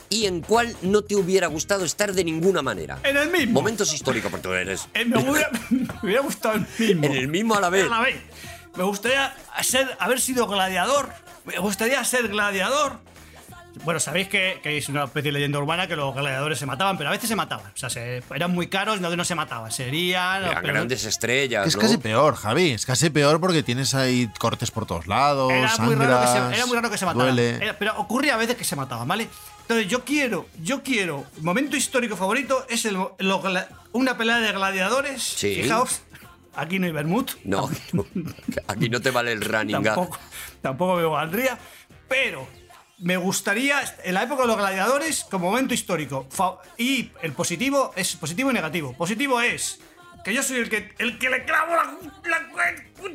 C: y en cuál no te hubiera gustado estar de ninguna manera?
F: en el mismo.
C: Momentos históricos, porque tú eres
F: Eh, me, hubiera, me hubiera gustado el mismo.
C: en el mismo a la vez.
F: A la vez. Me gustaría ser, haber sido gladiador. Me gustaría ser gladiador. Bueno, sabéis que, que es una especie de leyenda urbana que los gladiadores se mataban, pero a veces se mataban. O sea, se- eran muy caros, no, no se mataban. Serían.
C: Eran
F: pero-
C: grandes estrellas,
E: Es
C: ¿no?
E: casi peor, Javi. Es casi peor porque tienes ahí cortes por todos lados,
F: Era muy, raro que
E: sangras,
F: se, era muy raro que se mataban.
E: duele.
F: Era- pero ocurría a veces que se mataban, ¿vale? Entonces yo quiero, yo quiero, momento histórico favorito es el, los gla- una pelea de gladiadores.
C: Sí.
F: Fijaos, aquí no hay Bermud.
C: No, no, aquí no te vale el running gag.
F: tampoco, tampoco me valdría, pero me gustaría, en la época de los gladiadores, como momento histórico, fa- y el positivo es positivo y negativo. Positivo es que yo soy el que, el que le clavo la,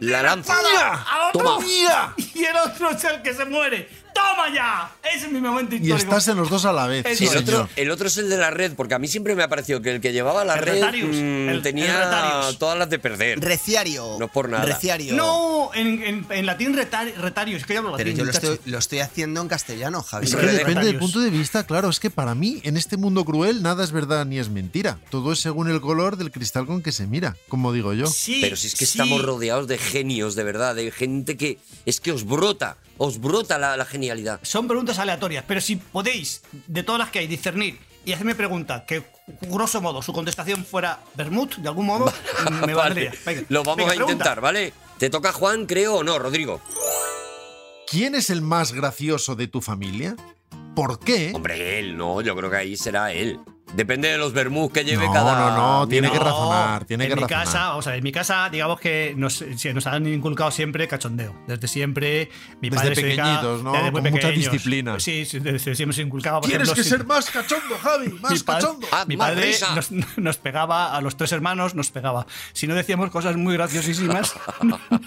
C: La lanza.
F: espada a otro
C: Toma.
F: y el otro es el que se muere. ¡Toma ya! Ese es mi momento
E: Y
F: histórico.
E: estás en los dos a la vez.
F: El
E: Sí,
C: El
E: señor.
C: otro, el otro es el de la red, porque a mí siempre me ha parecido que el que llevaba la
F: El
C: red
F: Retarius,
C: mm,
F: el- el
C: tenía
F: Retarius.
C: todas las de perder.
D: Reciario.
C: No es por nada.
D: Reciario.
F: No, en, en- en latín retar- retario, es que yo hablo
D: Pero
F: latín.
D: yo lo
F: muchacho.
D: estoy, lo estoy haciendo en castellano, Javi.
E: Es que
C: Redes
E: depende del
F: sociales.
E: punto de vista, claro, es que para mí, en este mundo cruel, nada es verdad ni es mentira. Todo es según el color del cristal con que se mira, como digo yo.
F: Sí,
C: Pero si es que
F: sí.
C: estamos rodeados de genios, de verdad, de gente que es que os brota, os brota la, la genialidad.
F: son preguntas aleatorias, pero si podéis, de todas las que hay, discernir y hacerme preguntas que, grosso modo, su contestación fuera Bermud, de algún modo, Mm, me valdría. Venga,
C: Lo vamos
F: venga,
C: a
F: pregunta.
C: intentar, ¿vale? ¿Te toca Juan, creo, o no, Rodrigo?
E: ¿Quién es el más gracioso de tu familia? ¿Por qué?
C: Hombre, él, no, yo creo que ahí será él. Depende de los vermús que lleve
E: No,
C: cada.
E: no, no, tiene que
C: miembro.
E: razonar, tiene
F: en
E: que
F: mi
E: razonar.
F: casa, vamos a ver, en mi casa, digamos que nos, se nos han inculcado siempre cachondeo. Desde siempre, mi
E: Desde
F: padre se dedica-
E: pequeñitos, ¿no?
F: Desde muy
E: Con mucha
F: pequeños.
E: disciplina.
F: Sí, sí, desde siempre se inculcaba. Por ejemplo, si-
E: más cachondo, Javi,
F: mi, pa-
C: Haz
F: mi
C: Ah, más
F: padre
C: risa.
F: nos, nos pegaba, a los tres hermanos nos pegaba. Si no decíamos cosas muy graciosísimas,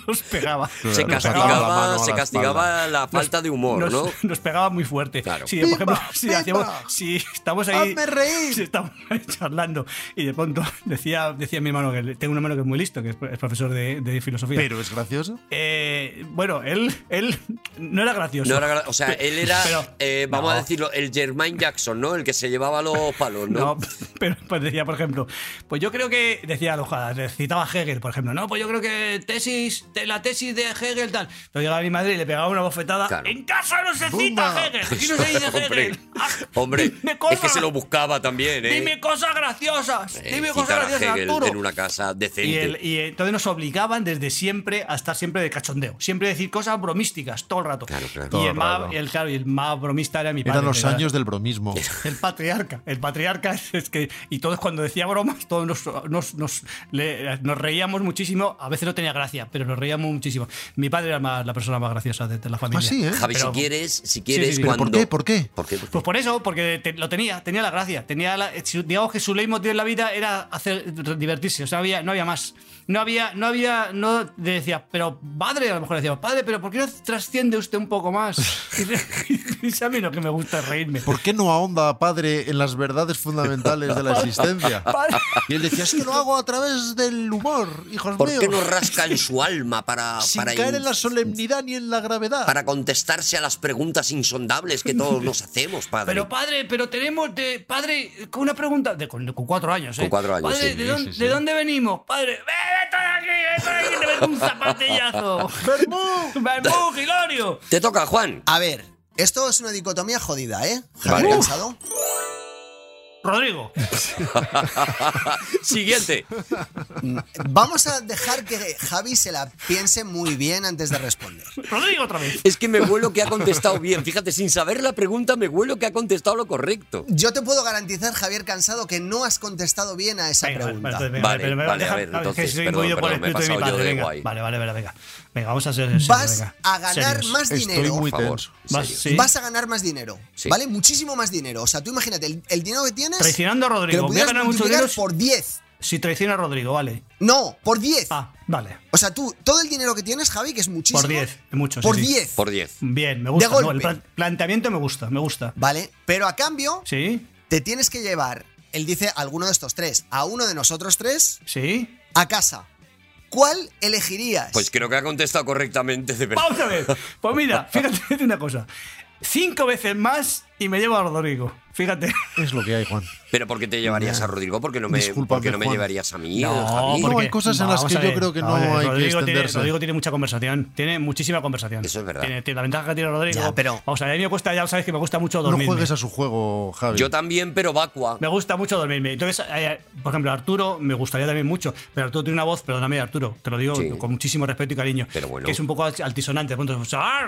F: nos pegaba.
C: Se
E: Nos
F: pegaba
E: sacaba la mano a
C: castigaba,
E: la
C: se castigaba la falta de humor,
F: nos,
C: ¿no?
F: nos pegaba muy fuerte.
C: Claro.
F: Si, por ejemplo,
E: Pipa,
F: si,
E: pipa.
F: hacíamos- si estamos ahí.
E: Hazme reír.
F: si estamos ahí charlando. Y de pronto decía, decía mi hermano, que le- tengo un hermano que es muy listo, que es, es profesor de, de filosofía.
E: Pero es gracioso.
F: Eh, bueno, él, él no era gracioso.
C: No era gra- o sea, él era,
F: Pero-
C: eh, vamos
F: no.
C: a decirlo, el Jermaine Jackson, ¿no? El que se llevaba los palos,
F: No,
C: ¿no?
F: pero pues decía, por ejemplo, pues yo creo que, decía Alojada, citaba a Hegel, por ejemplo, no, pues yo creo que tesis, te- la tesis de Hegel tal. Entonces llegaba mi madre y le pegaba una bofetada.
C: Claro.
F: En casa no se
E: Bumba.
F: cita Hegel, aquí no se dice
C: hombre,
F: Hegel. Ah,
C: hombre es
F: dime
C: que
F: cosas,
C: se lo buscaba también, ¿eh?
F: Dime cosas graciosas,
C: Eh,
F: dime cosas
C: citar a
F: graciosas,
C: Hegel
F: Arturo.
C: en una casa
F: Y,
C: decente.
F: el- y entonces nos obligaban desde siempre a estar siempre de cachondeo, siempre decir cosas bromísticas todo el rato.
C: Claro, claro.
F: Y
E: Todo
F: el
E: el
F: más,
E: rato.
F: el, claro, y el más bromista era mi padre.
E: Eran los
F: que era-
E: años del bromismo.
F: el patriarca, el patriarca es, es que. Y todos cuando decía bromas, todos nos, nos, nos- le- nos reíamos muchísimo. A veces no tenía gracia, pero nos reíamos muchísimo. Mi padre era más- la persona más graciosa de, de la familia.
E: Ah, sí, ¿eh?
C: Javi,
F: pero-
C: si quieres, si
F: sí,
C: quieres,
F: sí.
E: ¿Pero
C: cuando.
E: por qué? ¿Por qué?
C: ¿Por qué? ¿Por qué?
F: Pues por eso, porque te- lo tenía, tenía la gracia. Tenía la- su- digamos que su leitmotiv en la vida era hacer divertirse, o sea, había, no había más. No había, no había, no le decía, pero padre, a lo mejor le decía, padre, pero ¿por qué no trasciende usted un poco más? Y, dice, a mí lo que me gusta es reírme.
E: ¿Por qué no ahonda, padre, en las verdades fundamentales de la existencia?
F: Padre.
E: Y él decía, es que lo hago a través del humor, hijos
C: ¿Por
E: míos.
C: qué no rascan su alma para,
E: sin
C: para,
E: caer
C: in-
E: en la solemnidad ni en la gravedad.
C: para contestarse a las preguntas insondables que todos nos hacemos, padre?
F: Pero padre, pero tenemos de padre con una pregunta de con, con cuatro años,
C: Con
F: ¿eh?
C: cuatro años,
F: Padre,
C: sí,
F: ¿de,
C: sí,
F: dónde, de dónde venimos? Padre, ¡Ve, vete de aquí, vete de aquí, te meto un zapatillazo. Bermú, Bermú, Gilorio.
C: Te toca, Juan.
D: A ver, esto es una dicotomía jodida, ¿eh? Javier
C: Vale.
D: Cansado.
F: Rodrigo,
C: Siguiente.
D: Vamos a dejar que Javi se la piense muy bien antes de responder.
F: Rodrigo otra vez.
C: Es que me vuelo que ha contestado bien. Fíjate, sin saber la pregunta, me vuelo que ha contestado lo correcto.
D: Yo te puedo garantizar, Javier Cansado, que no has contestado bien a esa
F: Venga,
D: pregunta.
F: vale,
C: Vale,
F: pero me
C: vale,
F: deja-
C: a ver,
F: que
C: entonces,
F: soy
C: perdón,
F: movido por el
C: perdón, me he
F: espíritu de mi
C: pasado yo
F: padre,
C: de
F: venga.
C: guay.
F: Vale, vale, vale, venga. Venga, vamos a ser serios,
D: Vas
F: venga.
D: a ganar
F: Serios.
D: más
E: Estoy
D: dinero.
E: muy
C: Por favor.
E: tenso.
C: en
F: Vas,
C: serio.
F: sí.
D: Vas a ganar más dinero,
C: Sí.
D: ¿vale? Muchísimo más dinero. O sea, tú imagínate, el, el dinero que tienes.
F: Traicionando a
D: que
F: Rodrigo. Voy
D: lo
F: a
D: pudieras
F: ganar mucho
D: multiplicar
F: dinero
D: por 10.
F: si traiciona a Rodrigo, vale.
D: No, por 10.
F: Ah, vale.
D: O sea, tú, todo el dinero que tienes, Javi, que es muchísimo.
F: Por 10, mucho. sí,
D: Por
F: sí.
D: 10.
C: Por 10.
F: Bien, me gusta. ¿no?
D: golpe.
F: El plan- planteamiento me gusta, me gusta.
D: ¿Vale? Pero a cambio,
F: ¿Sí?
D: te tienes que llevar, él dice a alguno de estos tres, a uno de nosotros tres,
F: ¿Sí?
D: a casa. ¿Cuál elegirías?
C: Pues creo que ha contestado correctamente, de verdad.
F: Vamos a ver. Pues mira, fíjate una cosa. Cinco veces más y me llevo a Rodrigo. Fíjate.
E: Es lo que hay, Juan.
C: Pero ¿por qué te llevarías a Rodrigo? ¿Por qué no me,
E: Discúlpame,
C: por qué no me
E: Juan.
C: llevarías a mí?
F: No,
C: Javi?
E: porque-
F: ¿por
E: hay
F: qué?
E: cosas en las
F: vamos
E: que
F: a
E: yo
F: ver,
E: creo que no
F: vamos a ver,
E: hay que
F: Rodrigo Tiene,
E: extenderse.
F: Rodrigo tiene mucha conversación, tiene muchísima conversación.
C: Eso es verdad.
F: Tiene, tiene la ventaja que tiene Rodrigo.
D: Ya, pero-
F: Vamos a ver, a mí me cuesta, ya sabes que me gusta mucho
E: No
F: dormirme.
E: juegues a su juego, Javi.
C: Yo también, pero vacua.
F: Me gusta mucho dormirme. Entonces, eh, por ejemplo, Arturo me gustaría también mucho, pero Arturo tiene una voz, perdóname, Arturo, te lo digo
C: Sí.
F: con muchísimo respeto y cariño,
C: Pero bueno.
F: que es un poco altisonante. De pronto,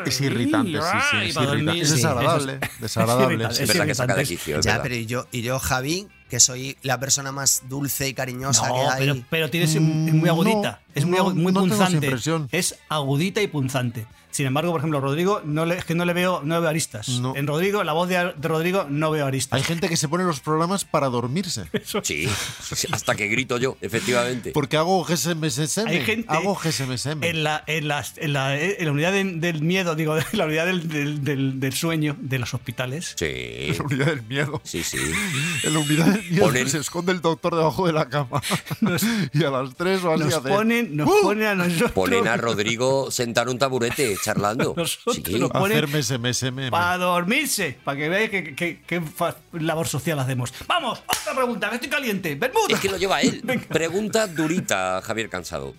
E: es irritante, sí, sí.
F: y
E: Es,
F: para dormir,
E: irritante. es
F: sí,
E: desagradable.
F: eso es- es
E: Desagradable.
F: irritante,
E: sí.
C: Es
F: sí,
C: verdad que saca de
F: antes.
C: quicio, es
D: ya,
C: verdad.
D: pero y yo, y yo, Javi, que soy la persona más dulce y cariñosa que
F: No,
D: hay.
F: pero, pero tienes, es muy
E: Mm,
F: agudita,
E: no,
F: es muy,
E: no,
F: agu- muy
E: no tengo esa
F: punzante.
E: impresión.
F: Es agudita y punzante. Sin embargo, por ejemplo, Rodrigo, no le, es que no le veo, no le veo aristas.
E: No.
F: En Rodrigo, la voz de, Ar- de Rodrigo, no veo aristas.
E: Hay gente que se pone los programas para dormirse.
C: Sí, hasta que grito yo, efectivamente.
E: Porque hago GSMSM.
F: Hay gente
E: hago GSMSM.
F: en la, en las- en la, en la unidad de- del miedo, digo, en la unidad del, del- del- del sueño de los hospitales.
C: Sí,
E: La unidad del miedo.
C: sí, sí.
E: En la unidad del miedo
C: Ponen-
E: se esconde el doctor debajo de la cama. y a las 3 o así
F: Nos
E: hace-
F: ponen, nos
E: ¡Uh!
F: ponen a nosotros.
C: Ponen a Rodrigo sentar un taburete charlando.
F: Nosotros
C: Sí.
F: lo- ponen-
E: Hacerme SMSM.
F: Para dormirse, para que veáis qué que, que fa- labor social hacemos. Vamos, otra pregunta, que estoy caliente. Bermuda.
C: Es que lo lleva él. Pregunta durita, Javier Cansado.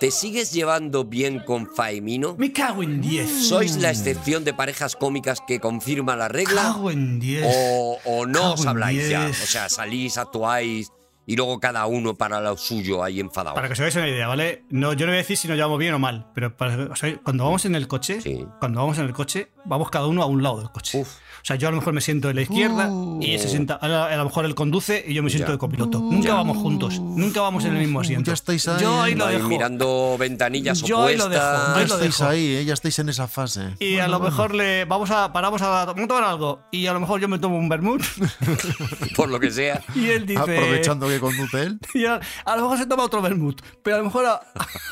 C: ¿Te sigues llevando bien con Faemino?
F: Me cago en
E: Mm.
F: 10.
C: ¿Sois la excepción de parejas cómicas que confirma la regla?
F: Mm. Cago en 10.
C: ¿O, o no
F: Cago
C: os
F: en
C: habláis ya? O
F: diez.
C: sea, salís, actuáis y luego cada uno para lo suyo ahí enfadado.
F: Para que os hagáis una idea, ¿vale? No, yo no voy a decir si nos llevamos bien o mal, pero para- o sea, cuando vamos en el coche,
C: Sí.
F: cuando vamos en el coche, vamos cada uno a un lado del coche. O sea, yo a lo mejor me siento de la izquierda y él se sienta, a la- a lo mejor él conduce y yo me
C: Uh.
F: siento
C: Ya. Uh,
F: de copiloto. Nunca vamos juntos, nunca vamos en el mismo asiento.
E: ya estáis ahí.
F: Yo ahí lo
C: Ahí
F: dejo.
C: mirando ventanillas
F: Yo ahí lo dejo.
E: Ya
F: Ahí
C: opuestas.
F: lo
E: estáis
F: dejo.
E: ahí, ¿eh? ya estáis en esa fase.
F: Y a lo mejor le vamos a paramos a, vamos a tomar algo y a lo mejor yo me tomo un vermut
C: Por lo que sea.
F: y él dice
E: Aprovechando que conduce él.
F: y a, a lo mejor se toma otro vermut, pero a lo mejor a,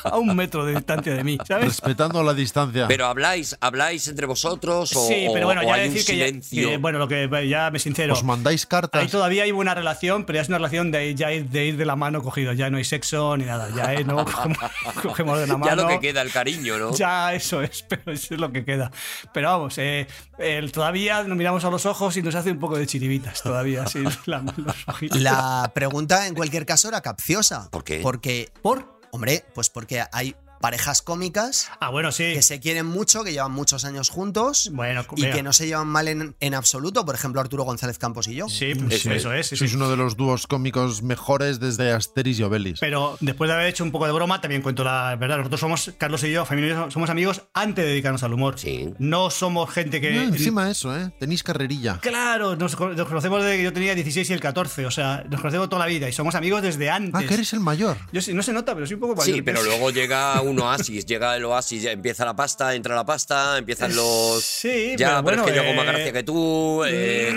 F: a un metro de distancia de mí, ¿sabes?
E: Respetando la distancia.
C: Pero habláis, habláis entre vosotros o,
F: sí, pero bueno,
C: o
F: ya
C: hay un
F: decir que, ya-
C: silencio. Pues
F: que, bueno, lo que eh, ya me sincero.
E: Os mandáis
F: Ahí
E: cartas.
F: todavía hay buena relación, pero ya es una relación de, ya ir, de ir de la mano cogido. Ya no hay sexo ni nada. Ya es, no cogemos, cogemos de la mano.
C: ya lo que queda, el cariño, ¿no?
F: Ya eso es, pero eso es lo que queda. Pero vamos, eh, el- todavía nos miramos a los ojos y nos hace un poco de chiribitas todavía. así, la- los ojitos.
D: La pregunta, en cualquier caso, era capciosa.
C: ¿Por qué?
D: Porque,
F: ¿Por?
D: hombre, pues porque hay parejas cómicas
F: Ah, bueno, sí.
D: que se quieren mucho, que llevan muchos años juntos
F: Bueno,
D: y
F: mira.
D: que no se llevan mal en, en absoluto. Por ejemplo, Arturo González Campos y yo.
F: Sí, pues
C: Eso
F: eso,
C: es.
F: es. sí,
E: Sois
F: sí.
E: uno de los dúos cómicos mejores desde Asteris y Obelix.
F: Pero después de haber hecho un poco de broma, también cuento la verdad. Nosotros somos, Carlos y yo, familia, somos amigos antes de dedicarnos al humor.
C: Sí.
F: No somos gente que.
E: No, Ah, encima eso, ¿eh? Tenéis carrerilla.
F: Claro, nos, cono- nos conocemos desde que yo tenía 16 y el 14, o sea, nos conocemos toda la vida y somos amigos desde antes.
E: Ah, que eres el mayor.
F: Yo sí, no se nota, pero soy un poco mayor.
C: Sí, pero luego llega un oasis, llega el oasis, ya empieza la pasta, entra la pasta, empiezan los.
F: Sí,
C: ya,
F: pero
C: es que
F: bueno,
C: yo hago más
F: eh,
C: gracia que tú. eh,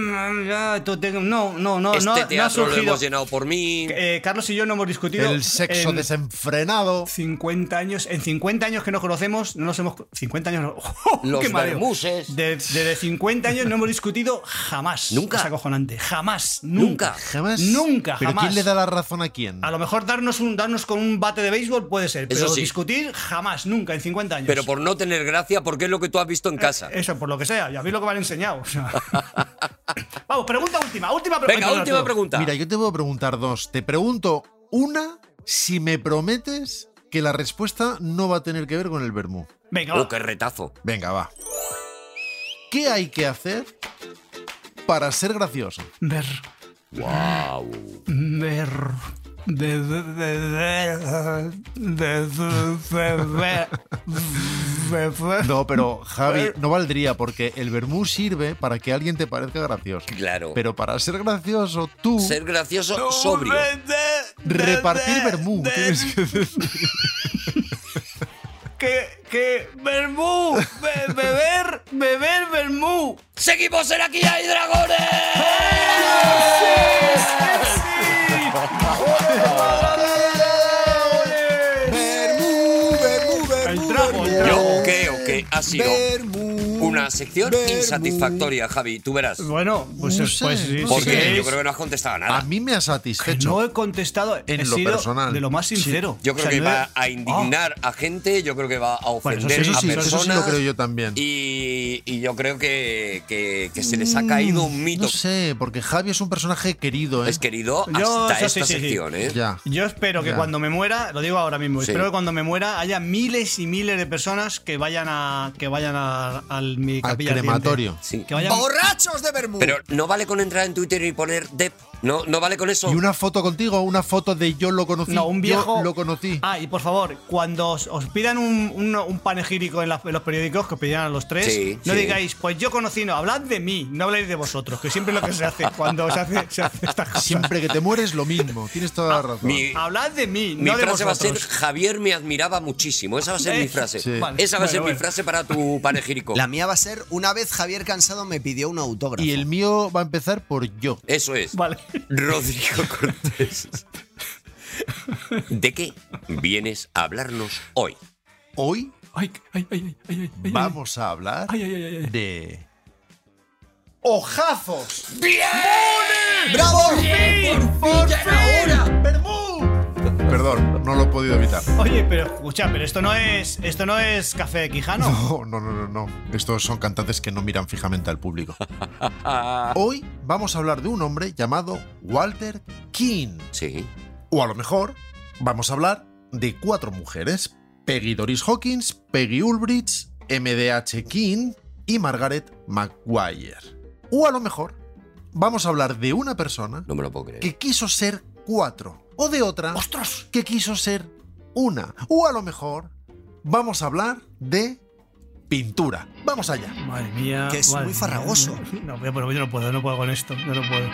F: Mm, ya, tú tengo- No, no, no,
C: este
F: no, no ha
C: teatro lo
F: surgido.
C: hemos llenado por mí.
F: Eh, Carlos y yo no hemos discutido.
E: El sexo
F: en
E: desenfrenado.
F: 50 años, en 50 años que nos conocemos, no nos hemos. 50 años. no-
C: Los
F: ¡Qué mareo!
C: bermuses.
F: De- Desde 50 años no hemos discutido jamás.
C: Nunca.
F: Es acojonante. Jamás.
C: Nunca.
F: Nunca.
E: Jamás.
F: Nunca,
E: ¿Pero
F: jamás.
E: quién le da la razón a quién?
F: A lo mejor darnos, un, darnos con un bate de béisbol puede ser,
C: Eso
F: pero
C: sí.
F: discutir jamás, nunca, en 50 años.
C: Pero por no tener gracia, porque es lo que tú has visto en casa.
F: Eso, por lo que sea, ya vi lo que me han enseñado. o sea. Vamos, pregunta última, última pregunta.
C: Venga, última pregunta.
E: Mira, yo te voy a preguntar dos. Te pregunto una si me prometes que la respuesta no va a tener que ver con el vermú.
F: Venga, va.
C: Oh, qué retazo.
E: Venga, va. ¿Qué hay que hacer para ser gracioso?
F: Ver,
C: Wow.
F: ver, de- de- de- de- de- de- de- ver, de- de-
E: No, pero Javi, no valdría porque el vermú sirve para que alguien te parezca gracioso.
C: Claro.
E: Pero para ser gracioso, tú
C: Ser gracioso, sobrio.
E: repartir vermú. tienes que decir.
F: Que, que, vermú, be- beber, beber, vermú.
C: ¡Seguimos en Aquí hay dragones!
E: ¡Eh,
D: Bermú, bermú, bermú,
F: El trago, el
D: bermú.
C: Yo creo que ha sido
D: Bermú,
C: una sección
D: bermú.
C: insatisfactoria, Javi, tú verás.
F: Bueno, pues,
E: No sé,
F: pues sí,
E: no
F: sí
E: sé.
C: Porque
F: que
C: yo
F: es-
C: creo que no has contestado
E: A
C: nada.
E: mí me ha
F: que
E: satisfecho.
F: no he contestado he
E: En lo
F: sido
E: personal.
F: De lo más sincero.
C: Yo creo
F: O sea,
C: que
F: no he-
C: va a indignar a gente, yo creo que va a
F: eso
C: ofender
E: Eso
C: a
E: sí,
C: personas.
E: eso sí lo creo yo también.
C: Y, y yo creo que, que- que se les ha caído un mito.
E: No sé, porque Javi es un personaje querido, ¿eh?
C: Es querido
F: Yo,
C: hasta
F: eso
C: esta
F: sí, sí, sí.
C: sección, ¿eh?
E: Ya.
F: Oh. Yo espero que
E: Ya.
F: cuando me muera, lo digo ahora mismo,
C: Sí.
F: espero que cuando me muera haya miles y miles de personas que vayan a que vayan a, al mi
E: Al
F: capilla ardiente.
E: crematorio.
C: Sí.
F: Que vayan
D: ¡Borrachos de Bermú!
C: Pero no vale con entrar en Twitter y poner Dep. No, no vale con eso.
E: Y una foto contigo, una foto de yo lo conocí.
F: no, un viejo.
E: Yo lo conocí.
F: Ah, y por favor, cuando os, os pidan un, un- un panegírico en, las- en los periódicos que os pidan a los tres,
C: Sí,
F: no
C: sí.
F: digáis, pues yo conocí, no, hablad de mí, no habléis de vosotros, que siempre es lo que se hace cuando se hace, se hace estas cosas.
E: Siempre que te mueres, lo mismo. Tienes toda
F: Ah,
E: la razón.
C: Mi,
F: Hablad de mí,
C: mi
F: no de
C: frase va a
F: vosotros.
C: ser Javier me admiraba muchísimo. Esa va a ser mi
F: Eh,
C: frase.
E: sí.
F: Vale.
C: Esa va a ser
F: Bueno,
C: mi
F: bueno.
C: frase para tu panegírico.
D: La mía va a ser una vez Javier Cansado me pidió un autógrafo.
E: Y el mío va a empezar por yo.
C: Eso es.
F: Vale.
C: Rodrigo Cortés. ¿De qué vienes a hablarnos hoy?
E: Hoy
F: Ay, ay, ay, ay, ay, ay,
E: vamos a hablar
F: ay, ay, ay, ay.
E: de. ¡Ojazos!
D: ¡Bravo!
E: ¡Por fin! Perdón, no lo he podido evitar.
F: Oye, pero escucha, pero esto no es esto no es café de Quijano.
E: No, Oh, no, no, no, no. Estos son cantantes que no miran fijamente al público. Hoy vamos a hablar de un hombre llamado Walter King.
C: Sí.
E: O a lo mejor vamos a hablar de cuatro mujeres: Peggy Doris Hawkins, Peggy Ulbricht, MDH King y Margaret McGuire. O a lo mejor vamos a hablar de una persona
C: No me lo puedo creer.
E: que quiso ser cuatro o de otra que quiso ser una. O a lo mejor vamos a hablar de pintura. Vamos allá.
F: Madre mía.
D: Que es
F: madre
D: muy
F: mía.
D: farragoso.
F: No, pero pero yo no puedo, no puedo con esto. Yo no puedo.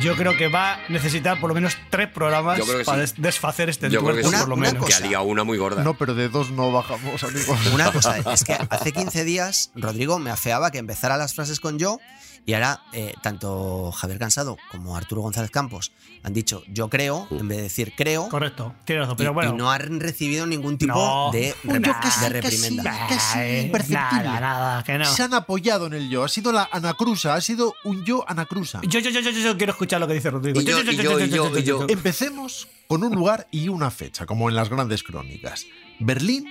F: Yo creo que va a necesitar por lo menos tres programas
C: Yo creo que
F: para
C: sí.
F: des- desfacer este
C: Yo creo
F: entuerto,
C: que sí.
D: Una-
F: por lo
D: una
F: menos.
C: Que
D: cosa.
C: ha liado una muy gorda.
E: No, pero de dos no bajamos, amigos.
D: Una cosa, es que hace 15 días Rodrigo me afeaba que empezara las frases con yo y ahora eh, tanto Javier Cansado como Arturo González Campos han dicho yo creo en vez de decir creo
F: Correcto, tienes razón.
D: y,
F: Pero bueno.
D: y no han recibido ningún tipo
F: No.
D: de,
E: Un
D: rep-
E: yo que sí,
D: de
E: que
D: reprimenda.
E: sí. casi
F: Ay,
E: imperceptible.
F: Nada, nada, que no.
E: Se han apoyado en el yo. Ha sido la anacrusa, ha sido un yo anacrusa.
F: Yo, yo, yo, yo, yo, yo quiero escuchar lo que dice Rodrigo.
C: Y yo, y yo, y yo, y yo.
E: Empecemos con un lugar y una fecha, como en las grandes crónicas. Berlín,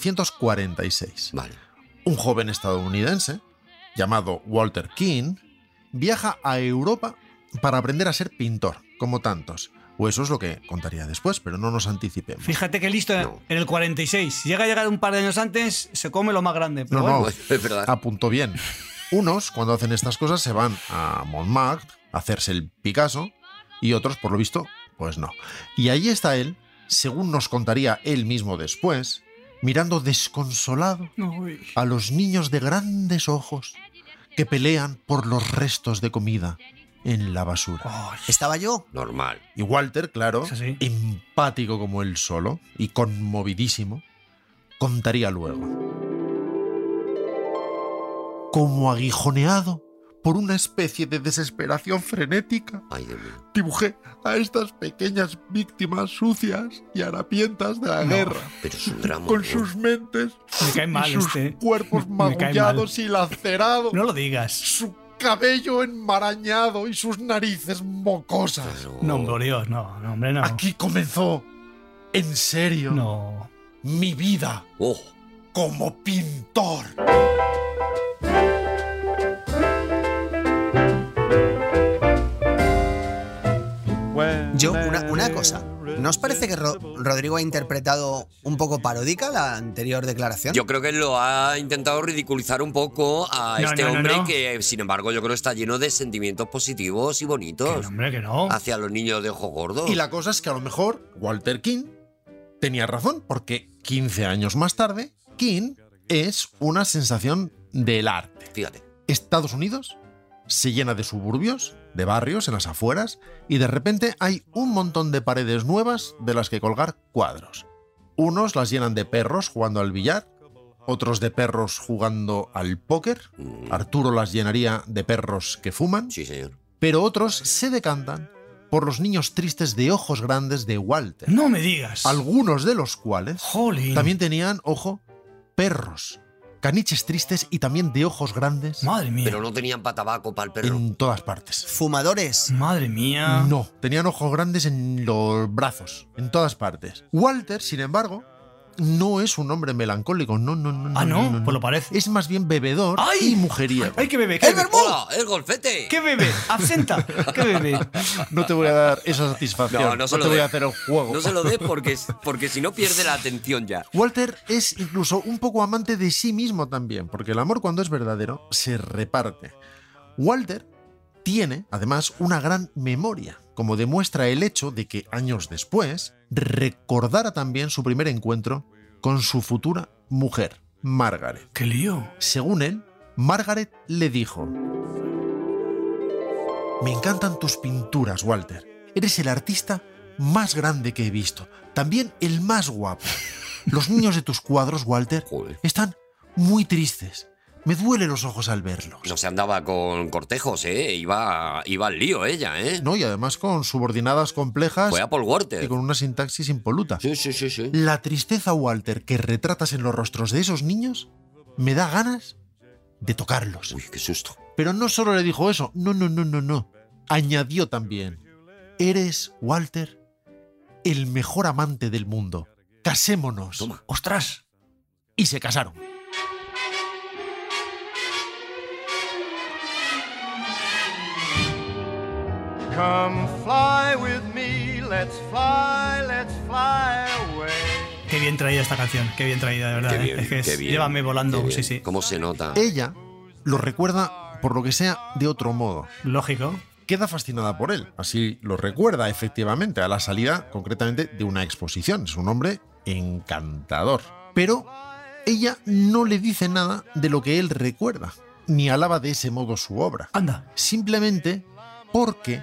E: 1946.
C: Vale.
E: Un joven estadounidense, llamado Walter King, viaja a Europa para aprender a ser pintor, como tantos. O eso es lo que contaría después, pero no nos anticipemos.
F: Fíjate que listo
C: No.
F: en el 46. Llega a llegar un par de años antes, se come lo más grande. Pero
E: No,
F: bueno.
E: no, Ah.
C: Es verdad.
E: apuntó bien. Unos, cuando hacen estas cosas, se van a Montmartre a hacerse el Picasso y otros, por lo visto, pues no. Y ahí está él, según nos contaría él mismo después, mirando desconsolado a los niños de grandes ojos que pelean por los restos de comida en la basura.
D: Estaba yo.
C: Normal.
E: Y Walter, claro,
F: Eso sí.
E: empático como él solo y conmovidísimo, contaría luego. Como aguijoneado por una especie de desesperación frenética,
C: Ay, Dios mío.
E: dibujé a estas pequeñas víctimas sucias y harapientas de la guerra,
C: Pero es un drama.
E: con
C: ¿no?
E: sus mentes
F: Me cae
E: y
F: mal
E: sus
F: este.
E: cuerpos
F: Me cae mal.
E: magullados y lacerados,
F: No lo digas.
E: su cabello enmarañado y sus narices mocosas.
C: Claro.
F: No, por Dios, no, no, hombre, no.
E: Aquí comenzó, en serio,
F: No.
E: mi vida
C: Oh,
E: como pintor.
D: Yo, una, una cosa. ¿No os parece que Ro- Rodrigo ha interpretado un poco paródica la anterior declaración?
C: yo creo que lo ha intentado ridiculizar un poco a
F: No,
C: este
F: no, no,
C: hombre
F: no.
C: que, sin embargo, yo creo está lleno de sentimientos positivos y
F: Que
C: bonitos
F: no, hombre, que no.
C: hacia los niños de ojos gordos.
E: Y la cosa es que a lo mejor Walter King tenía razón, porque 15 años más tarde, King es una sensación del arte.
C: Fíjate.
E: Estados Unidos se llena de suburbios, de barrios en las afueras, y de repente hay un montón de paredes nuevas de las que colgar cuadros. Unos las llenan de perros jugando al billar, otros de perros jugando al póker,
C: Mm,
E: Arturo las llenaría de perros que fuman,
C: Sí, señor.
E: pero otros se decantan por los niños tristes de ojos grandes de Walter,
F: No me digas.
E: algunos de los cuales
F: Jolín.
E: también tenían, ojo, perros, caniches tristes y también de ojos grandes
F: Madre mía.
C: Pero no tenían patabaco para el perro.
E: en todas partes.
D: Fumadores.
F: Madre mía.
E: No, tenían ojos grandes en los brazos, en todas partes. Walter, sin embargo, no es un hombre melancólico, no, no, no.
F: Ah, no, pues lo parece.
E: Es más bien bebedor
F: ¡Ay!
E: y mujeriego.
F: ¡Ay, qué bebé! ¡Qué
D: ¡El
F: bebé!
D: vermú!
C: ¡Hola! ¡El golfete!
F: ¡Qué bebé! ¡Absenta! ¡Qué bebé!
E: No te voy a dar esa satisfacción.
C: No, no se lo
E: te voy
C: dé.
E: a hacer el juego.
C: No se lo dé porque, porque si no pierde la atención ya.
E: Walter es incluso un poco amante de sí mismo también, porque el amor cuando es verdadero se reparte. Walter tiene, además, una gran memoria, como demuestra el hecho de que años después recordara también su primer encuentro con su futura mujer, Margaret.
F: ¡Qué lío!
E: Según él, Margaret le dijo, Me encantan tus pinturas, Walter. Eres el artista más grande que he visto. También el más guapo. Los niños de tus cuadros, Walter,
C: Joder.
E: están muy tristes. Me duelen los ojos al verlos.
C: No se andaba con cortejos, ¿eh? Iba, iba al lío ella, ¿eh?
E: No, y además con subordinadas complejas
C: Fue a Paul
E: y
C: Walter.
E: con una sintaxis impoluta.
C: Sí, sí, sí, sí.
E: La tristeza, Walter, que retratas en los rostros de esos niños, me da ganas de tocarlos.
C: Uy, qué susto.
E: Pero no solo le dijo eso, no, no, no, no, no. Añadió también, eres, Walter, el mejor amante del mundo. Casémonos.
C: Toma.
E: Ostras. Y se casaron.
J: Come fly with me, let's fly, let's fly away.
F: Qué bien traída esta canción, qué bien traída, de verdad.
C: Qué
F: ¿eh?
C: bien,
F: es que es-
C: qué bien,
F: llévame
C: qué
F: volando,
C: bien.
F: sí, Eh, sí.
C: ¿Cómo se nota?
E: Ella lo recuerda, por lo que sea, de otro modo.
F: Lógico.
E: queda fascinada por él. Así lo recuerda efectivamente a la salida concretamente de una exposición. Es un hombre encantador. Pero ella no le dice nada de lo que él recuerda, ni alaba de ese modo su obra.
F: Anda.
E: Simplemente porque,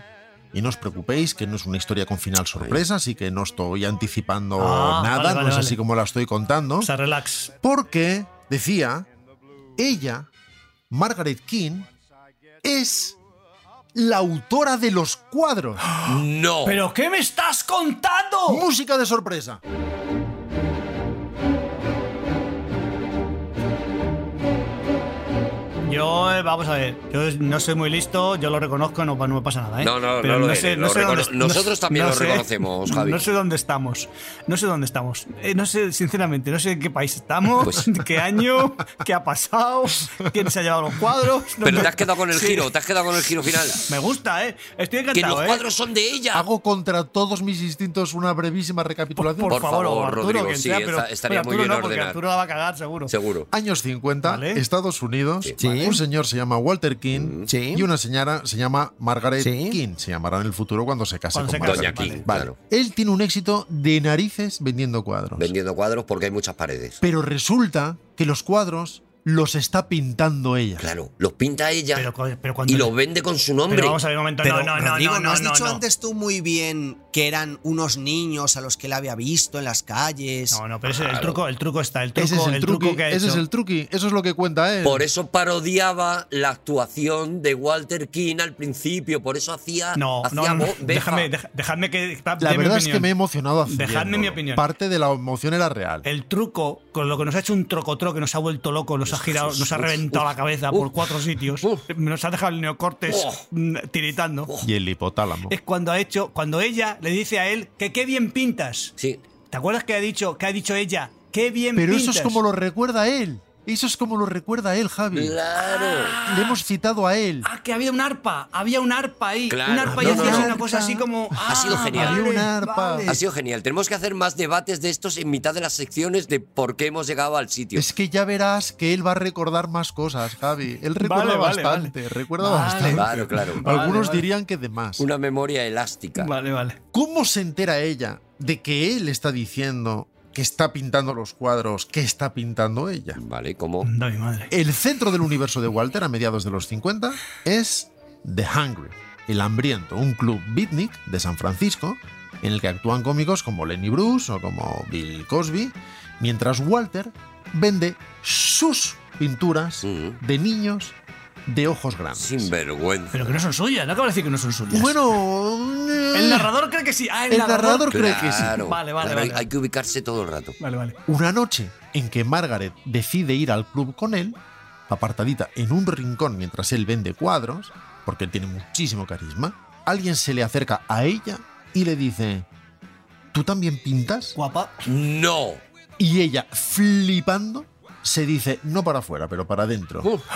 E: y no os preocupéis que no es una historia con final sorpresa, así que no estoy anticipando
F: Ah,
E: nada,
F: vale, vale,
E: no es
F: vale.
E: así como la estoy contando.
F: O sea, relax.
E: Porque, decía, ella, Margaret King, es la autora de los cuadros.
C: No.
F: ¿Pero qué me estás contando?
E: Música de sorpresa.
F: Yo, eh, vamos a ver, yo no soy muy listo, yo lo reconozco, no, no me pasa nada, ¿eh?
C: No, no, no lo eres, lo recono- nosotros también lo reconocemos, Javi.
F: No sé dónde estamos, no sé dónde estamos, eh, no sé, sinceramente, no sé en qué país estamos,
C: Pues-
F: qué año, qué ha pasado, quién se ha llevado los cuadros. no
C: Pero
F: me-
C: te has quedado con el
F: Sí.
C: giro, te has quedado con el giro final.
F: Me gusta, ¿eh? Estoy
C: Que
F: encantado,
C: los
F: ¿eh?
C: cuadros son de ella.
E: Hago contra todos mis instintos una brevísima recapitulación.
F: Por,
C: Por
F: favor, o
C: favor,
F: Arturo,
C: Rodrigo,
F: quien
C: sí,
F: sea, pero,
C: esta- estaría
F: bueno,
C: muy
F: Arturo
C: bien
F: no, porque
C: ordenar.
F: Arturo la va a cagar, seguro.
C: Seguro.
E: Años 50,
F: Vale. Mm.
E: Estados Unidos.
D: Sí.
E: Un señor se llama Walter King
D: Sí.
E: y una señora se llama Margaret
D: Sí.
E: King. Se llamará en el futuro cuando se case
F: Cuando
E: con
F: se case,
C: Doña
E: Margaret
F: vale.
C: King,
E: Vale.
C: claro.
E: Él tiene un éxito de narices vendiendo cuadros.
C: Vendiendo cuadros porque hay muchas paredes.
E: Pero resulta que los cuadros los está pintando ella.
C: Claro, los pinta ella
F: Pero, co- pero cuando...
C: y los vende con su nombre.
F: pero vamos a ver un momento,
D: Pero,
F: no, no, no,
D: Rodrigo,
F: no,
D: ¿no, has
F: no,
D: dicho
F: no.
D: antes tú muy bien que eran unos niños a los que él había visto en las calles?
F: No, no, pero ese, el
C: Claro.
F: truco, el truco está, el
E: Ah,
F: truco,
E: ese es el,
F: truco
E: truqui,
F: que ha
E: ese
F: hecho.
E: es el truqui, eso es lo que cuenta él.
C: Por eso parodiaba la actuación de Walter King al principio, por eso hacía,
F: No, no,
C: hacía
F: no, no,
C: voz de-
F: déjame, deja- dejadme que... pa-
E: la
F: dé mi
E: verdad es que
F: opinión.
E: me he emocionado haciéndolo.
F: Dejadme mi opinión.
E: Parte de la emoción era real.
F: El truco, con lo que nos ha hecho un trocotro que nos ha vuelto loco, nos ha girado, nos ha
C: uf,
F: reventado
C: uf,
F: la cabeza
C: uf,
F: por cuatro sitios,
C: uf.
F: nos ha dejado el neocortes
C: Oh.
F: mm, tiritando.
E: y el hipotálamo.
F: Es cuando ha hecho, cuando ella le dice a él que qué bien pintas.
C: Sí,
F: ¿Te acuerdas que ha dicho, que ha dicho ella? Qué bien
E: Pero
F: pintas.
E: eso es como lo recuerda él. Eso es como lo recuerda él, Javi.
C: claro.
E: Le hemos citado a él.
F: Ah, que había un arpa, había un arpa ahí,
C: Claro,
F: un arpa y
C: no,
F: hacías
E: no, no.
F: una cosa así como.
C: Ha sido
F: ah,
C: genial.
F: vale,
E: Había un arpa.
F: vale.
C: Ha sido genial. Tenemos que hacer más debates de estos en mitad de las secciones de por qué hemos llegado al sitio.
E: Es que ya verás que él va a recordar más cosas, Javi. Él recuerda
F: Vale, vale,
E: bastante, recuerda
F: Vale,
C: Claro,
E: bastante.
C: claro.
E: Algunos dirían que de más.
C: Una memoria elástica.
F: Vale, vale.
E: ¿Cómo se entera ella de que él está diciendo que está pintando los cuadros, que está pintando ella?
C: Vale, como
F: Da mi madre.
E: El centro del universo de Walter a mediados de los 50 es The Hungry, el hambriento, un club beatnik de San Francisco en el que actúan cómicos como Lenny Bruce o como Bill Cosby, mientras Walter vende sus pinturas
C: Mm.
E: de niños de ojos grandes.
C: sin vergüenza.
F: Pero que no son suyas, no acabo de decir que no son suyas.
E: Bueno, eh,
F: el narrador cree que sí. Ah, el,
E: el narrador cree que sí.
C: Claro,
F: Vale, vale,
C: claro, hay-
F: vale.
C: Hay que ubicarse todo el rato.
F: Vale, vale.
E: Una noche en que Margaret decide ir al club con él, apartadita en un rincón mientras él vende cuadros, porque él tiene muchísimo carisma, alguien se le acerca a ella y le dice, ¿tú también pintas?
F: Guapa.
C: No.
E: Y ella, flipando, se dice, no para afuera, pero para adentro.
C: Uf.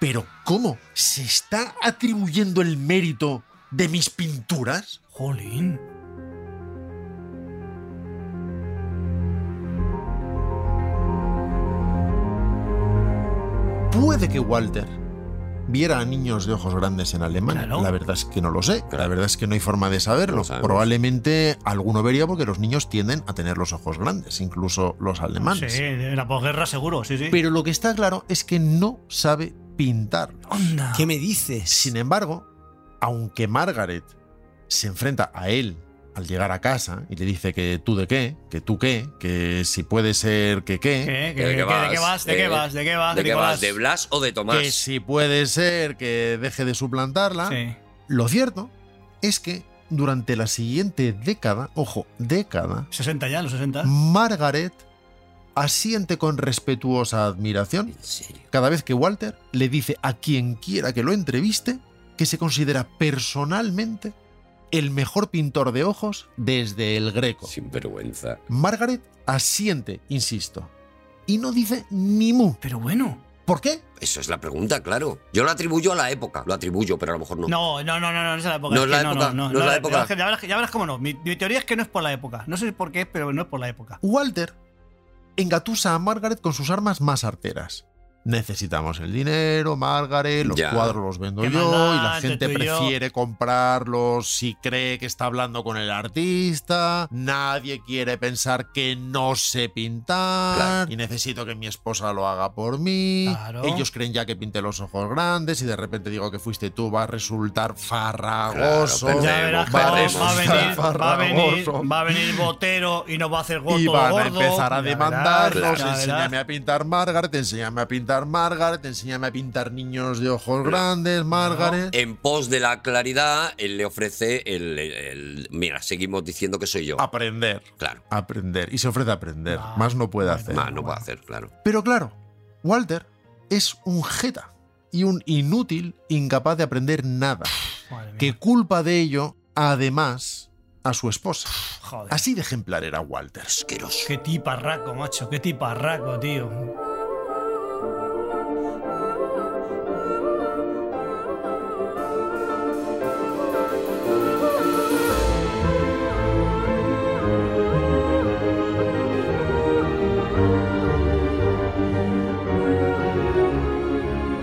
E: ¿Pero cómo? ¿Se está atribuyendo el mérito de mis pinturas?
F: Jolín.
E: Puede que Walter viera a niños de ojos grandes en Alemania.
F: Claro.
E: La verdad es que no lo sé. La
C: Claro.
E: verdad es que no hay forma de saberlo.
C: No lo sabemos.
E: Probablemente alguno vería porque los niños tienden a tener los ojos grandes, incluso los alemanes.
F: Sí, en la posguerra seguro, sí, sí.
E: Pero lo que está claro es que no sabe pintar.
F: Onda.
D: ¿Qué me dices?
E: Sin embargo, aunque Margaret se enfrenta a él al llegar a casa y le dice que tú de qué, que tú qué, que si puede ser que qué,
F: ¿Qué? ¿Qué-
C: ¿De
F: qué-
C: qué
F: qué- ¿De
C: vas?
F: qué vas? ¿De qué
C: Eh,
F: vas? Ah, ¿De qué vas?
C: ¿De qué vas?
F: Nicolás?
C: ¿De Blas o de
E: que
C: Tomás?
E: si puede ser que deje de suplantarla.
F: Sí.
E: Lo cierto es que durante la siguiente década, ojo, década,
F: 60 ya, los 60.
E: Margaret asiente con respetuosa admiración
C: En serio.
E: cada vez que Walter le dice a quien quiera que lo entreviste que se considera personalmente el mejor pintor de ojos desde el Greco.
C: Sin vergüenza.
E: Margaret asiente, insisto, y no dice ni mu.
F: Pero bueno.
E: ¿Por qué?
C: Eso es la pregunta, claro. Yo lo atribuyo a la época. Lo atribuyo, pero a lo mejor no.
F: No, no, no, no, no, no es la época.
C: No es la
F: que
C: época, no es la
F: ya
C: época.
F: verás que- Ya verás, que- ya verás cómo no. Mi, mi teoría es que no es por la época. No sé por qué es, pero no es por la época.
E: Walter engatusa a Margaret con sus armas más arteras. necesitamos el dinero, Margaret, los
C: Ya.
E: cuadros los vendo
F: Qué
E: yo y la
F: maldad,
E: gente
F: entre tú y yo.
E: prefiere comprarlos si cree que está hablando con el artista, nadie quiere pensar que no sé pintar
C: Claro.
E: y necesito que mi esposa lo haga por mí,
F: Claro.
E: ellos creen ya que pinté los ojos grandes y de repente digo que fuiste tú, va a resultar farragoso,
C: Claro,
F: Ya verás
C: Va
F: cómo
C: a
F: va,
C: veremos.
F: a venir, va, a venir,
E: farragoso.
F: va a venir Botero y nos va a hacer gordo.
E: Y van a
F: gordo.
E: empezar a
F: Ya verás,
E: demandarnos,
F: ya verás.
E: enséñame a pintar Margaret, enséñame a pintar Margaret, enséñame a pintar niños de ojos grandes, Margaret.
C: En pos de la claridad, él le ofrece el, el- Mira, seguimos diciendo que soy yo.
E: Aprender.
C: Claro.
E: Aprender. Y se ofrece a aprender. Más no puede
F: Eh,
E: hacer.
C: Más no puedo hacer, claro.
E: Pero claro, Walter es un jeta y un inútil incapaz de aprender nada.
F: Madre mía,
E: Que culpa de ello, además, a su esposa.
F: joder.
E: Así de ejemplar era Walter.
C: Asqueroso.
F: Qué tiparraco, macho, qué tiparraco, tío.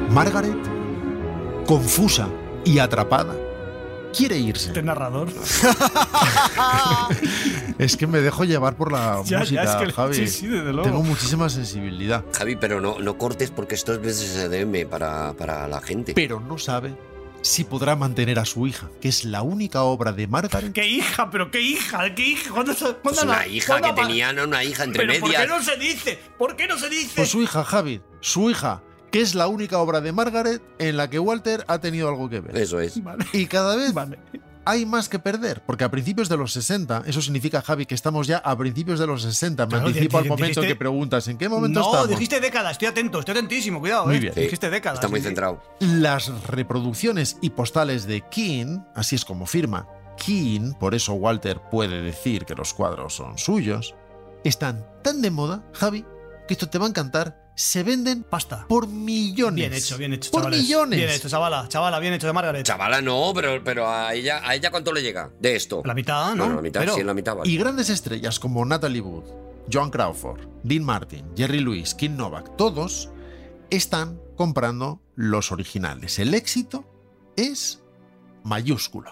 E: Margaret, confusa y atrapada, quiere irse.
F: Este narrador.
E: Es que me dejo llevar por la
F: Ya, ya,
E: música,
F: es que-
E: Javi.
F: sí, sí, desde luego.
E: Tengo muchísima sensibilidad.
C: Javi, pero no, no cortes porque esto es BSDM para, para la gente.
E: Pero no sabe si podrá mantener a su hija, que es la única obra de Margaret.
F: ¡Qué hija! ¿Pero qué hija? ¿Qué hija? ¿Cuándo se-
C: Pues
F: cuándo
C: una
F: la-
C: hija
F: cuándo
C: que
F: apa-
C: tenían una hija entre
F: ¿Pero por
C: medias.
F: qué no se dice? ¿Por qué no se dice?
E: Pues su hija, Javi, su hija, que es la única obra de Margaret en la que Walter ha tenido algo que ver.
C: Eso es.
F: Vale,
E: Y cada vez
F: vale.
E: hay más que perder, porque a principios de los 60, eso significa, Javi, que estamos ya a principios de los 60. Me
F: Claro,
E: anticipo al
F: dijiste-
E: momento que preguntas, ¿en qué momento
F: no,
E: estamos?
F: dijiste décadas, estoy atento, estoy atentísimo, cuidado,
E: Muy
F: eh.
E: bien.
C: Sí.
F: Dijiste décadas.
C: Está muy
F: sí, sí.
C: centrado.
E: Las reproducciones y postales de Keane, así es como firma Keane, por eso Walter puede decir que los cuadros son suyos, están tan de moda, Javi, que esto te va a encantar, se venden
F: Pasta.
E: por millones.
F: Bien hecho, bien hecho,
E: Por
F: chavales.
E: millones.
F: Bien hecho, chavala, chavala, bien hecho de Margaret.
C: Chavala, no, pero, pero a ella, ¿a ella cuánto le llega de esto?
F: La mitad, ¿no?
C: Bueno, la mitad,
F: Pero-
C: sí, en la mitad vale.
E: Y grandes estrellas como Natalie Wood, Joan Crawford, Dean Martin, Jerry Lewis, Kim Novak, todos están comprando los originales. El éxito es mayúsculo.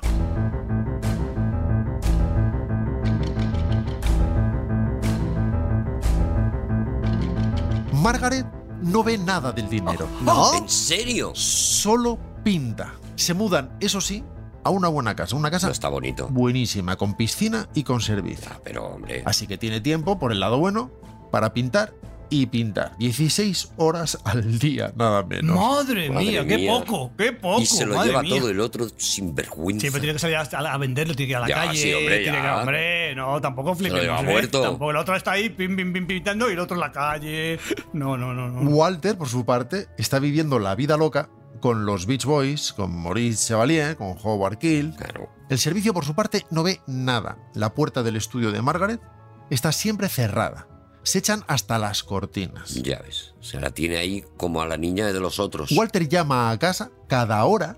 E: Margaret no ve nada del dinero.
D: ¿No?
C: ¿En serio?
E: Solo pinta. Se mudan, eso sí, a una buena casa. Una
C: No
E: casa
C: está bonito.
E: buenísima, con piscina y con servicio.
C: Ah, Pero, hombre.
E: Así que tiene tiempo, por el lado bueno, para pintar y pintar. 16 horas al día, nada menos.
F: Madre,
C: Madre
F: mía, qué
C: mía.
F: poco, qué poco.
C: y se lo
F: madre
C: lleva
F: mía.
C: todo el otro sin vergüenza.
F: Sí, pero tiene que salir a, a venderlo, tiene que ir a la
C: Ya,
F: calle.
C: sí, hombre,
F: tiene que,
C: ya.
F: hombre, no, tampoco flipemos.
C: lleva
F: ¿eh?
C: muerto.
F: Tampoco el otro está ahí pim, pim, pim, pintando y el otro en la calle. No, no, no. no.
E: Walter, por su parte, está viviendo la vida loca con los Beach Boys, con Maurice Chevalier, con Howard Keel.
C: Claro.
E: El servicio, por su parte, no ve nada. La puerta del estudio de Margaret está siempre cerrada. Se echan hasta las cortinas.
C: Ya ves. Se la tiene ahí como a la niña de los otros.
E: Walter llama a casa cada hora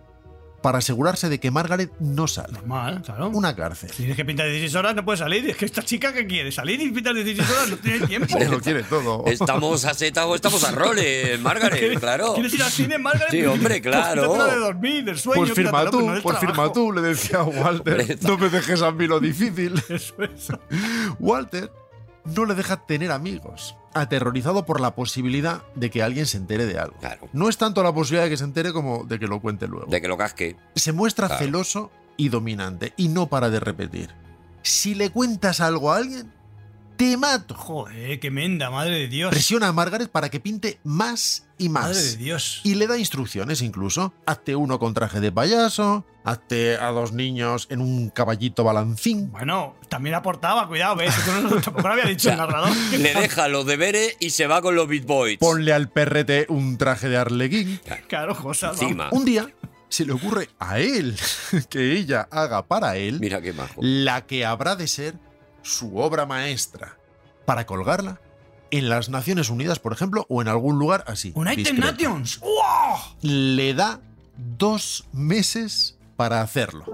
E: para asegurarse de que Margaret no sale.
F: Normal, claro.
E: Una cárcel.
F: Si tienes que pintar 16 horas, no puedes salir. Es que esta chica que quiere salir y pintar 16 horas no tiene tiempo.
E: Lo quiere todo.
C: Estamos a seta o estamos a roles, Margaret, claro.
F: ¿Quieres ir al cine, Margaret?
C: Sí, hombre, claro.
F: Pues trata de dormir, del sueño.
E: Pues firma
F: quédatelo,
E: tú,
F: pero no del
E: pues firma
F: trabajo.
E: tú, le decía a Walter.
C: Hombre,
E: No me dejes a mí lo difícil.
F: Eso es.
E: Walter no le deja tener amigos, aterrorizado por la posibilidad de que alguien se entere de algo.
C: Claro.
E: No es tanto la posibilidad de que se entere como de que lo cuente luego.
C: De que lo casque.
E: Se muestra
C: Claro.
E: celoso y dominante y no para de repetir. Si le cuentas algo a alguien, te mato.
F: Joder, qué menda, madre de Dios.
E: Presiona a Margaret para que pinte más y más.
F: Madre de Dios.
E: Y le da instrucciones incluso. Hazte uno con traje de payaso, hazte a dos niños en un caballito balancín.
F: Bueno, también aportaba, cuidado, ¿ves? Eso no, lo- tampoco lo había dicho el narrador.
C: Le deja los deberes y se va con los Beat Boys.
E: Ponle al perrete un traje de arlequín.
F: Claro, cosas. vamos.
C: Encima.
E: Un día se le ocurre a él que ella haga para él
C: Mira pues. qué majo.
E: la que habrá de ser su obra maestra para colgarla en las Naciones Unidas, por ejemplo, o en algún lugar así.
F: United
E: discreto.
F: Nations. ¡Wow!
E: Le da dos meses para hacerlo.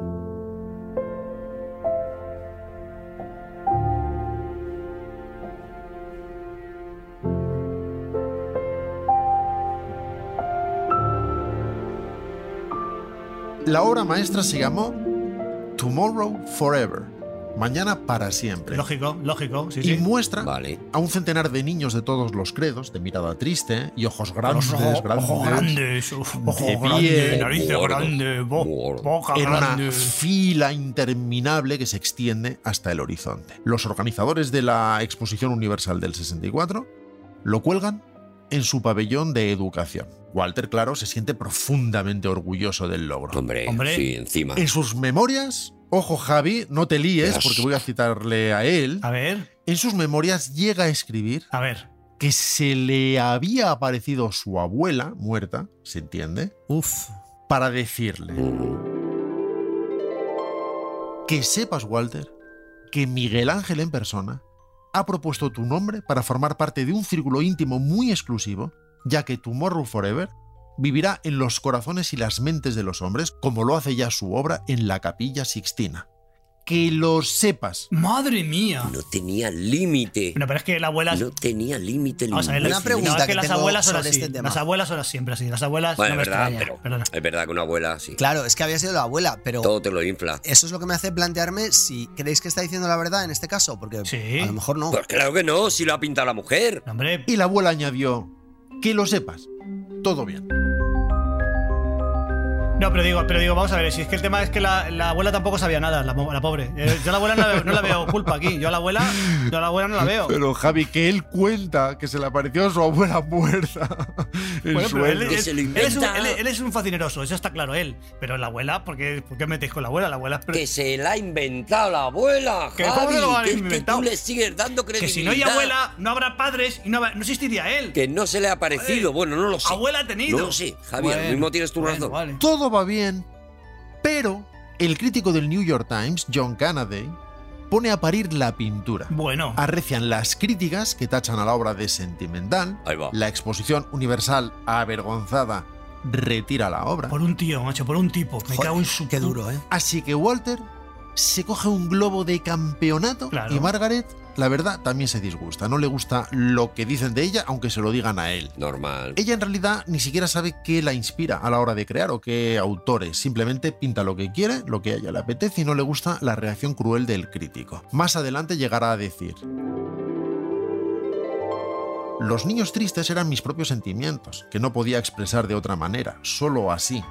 E: La obra maestra se llamó Tomorrow Forever, Mañana para siempre.
F: Lógico, lógico. Sí,
E: y
F: sí.
E: muestra
C: Vale.
E: a un centenar de niños de todos los credos, de mirada triste y ojos grandes,
F: Los ojo-
E: grandes,
F: ojo grandes, ojo
E: De
F: grande,
E: pie,
F: narices
C: gordo,
F: grandes, bo-
C: gordo.
F: boca
E: en
F: grande.
E: una fila interminable que se extiende hasta el horizonte. Los organizadores de la Exposición Universal del 64 lo cuelgan en su pabellón de educación. Walter, claro, se siente profundamente orgulloso del logro.
C: Hombre,
F: Hombre.
C: sí, encima.
E: En sus memorias, ojo Javi, no te líes
C: Dios.
E: porque voy a citarle a él,
F: A ver,
E: en sus memorias llega a escribir
F: a ver.
E: que se le había aparecido su abuela muerta, ¿se entiende?
D: Uf.
E: Para decirle
C: Mm,
E: que sepas, Walter, que Miguel Ángel en persona ha propuesto tu nombre para formar parte de un círculo íntimo muy exclusivo, ya que Tomorrow Forever vivirá en los corazones y las mentes de los hombres, como lo hace ya su obra en la Capilla Sixtina. Que lo sepas.
F: Madre mía.
C: No tenía límite.
F: Bueno, pero es que la abuela.
C: No tenía límite.
F: Vamos a ver,
C: ningún.
F: la-
D: Una pregunta
F: no, es que,
D: que
F: las
D: tengo
F: abuelas son
D: sobre
F: así.
D: este tema.
F: Las abuelas son siempre así. Las abuelas
C: Bueno,
F: no
C: es
F: me
C: verdad,
F: extraña,
C: pero
F: perdona.
C: es verdad que una abuela, sí.
D: Claro, es que había sido la abuela, pero
C: Todo te lo infla.
D: eso es lo que me hace plantearme si creéis que está diciendo la verdad en este caso, porque
F: Sí.
D: a lo mejor no.
C: Pues claro que no, si lo ha pintado la mujer.
F: No, Hombre,
E: Y la abuela añadió, que lo sepas. Todo bien.
F: no, pero digo, pero digo, vamos a ver, si es que el tema es que la, la abuela tampoco sabía nada, la, mo- la pobre. Eh, yo a la abuela no, la veo- no la veo culpa aquí. Yo a la abuela, yo a la abuela no la veo.
E: Pero Javi, que él cuenta que se le apareció a su abuela muerta. en
F: Bueno, pero él,
E: sueños.
F: él-
C: se lo
F: él es un,
C: inventa.
F: él- él es un facineroso, eso está claro él. Pero la abuela, ¿por qué, por qué metéis con la abuela? La abuela es pre-
C: Que se la ha inventado la abuela,
F: ¿Que cómo
C: Javi.
F: se lo ha
C: que es
F: inventado?
C: Que tú le sigues dando
F: que
C: credibilidad.
F: si no hay abuela, no habrá padres y no, habrá- no existiría él.
C: Que no se le ha parecido.
F: Joder,
C: Bueno, no lo sé.
F: abuela ha tenido.
C: No lo sé, Javi, al
F: Bueno,
C: mismo tienes tu
F: bueno,
C: razón.
F: vale.
E: todo va bien, pero el crítico del New York Times, John Canaday, pone a parir la pintura.
F: Bueno,
C: Ah.
E: Arrecian las críticas que tachan a la obra de sentimental.
C: Ahí va.
E: La exposición universal avergonzada retira la obra.
F: por un tío, macho, por un tipo. Me
D: Joder,
F: cago en su
D: qué
F: pu-
D: duro, ¿eh?
E: Así que Walter se coge un globo de campeonato
F: Claro.
E: y Margaret, la verdad, también se disgusta. No le gusta lo que dicen de ella, aunque se lo digan a él.
C: Normal.
E: Ella en realidad ni siquiera sabe qué la inspira a la hora de crear o qué autores. Simplemente pinta lo que quiere, lo que a ella le apetece y no le gusta la reacción cruel del crítico. Más adelante llegará a decir... Los niños tristes eran mis propios sentimientos, que no podía expresar de otra manera, solo así.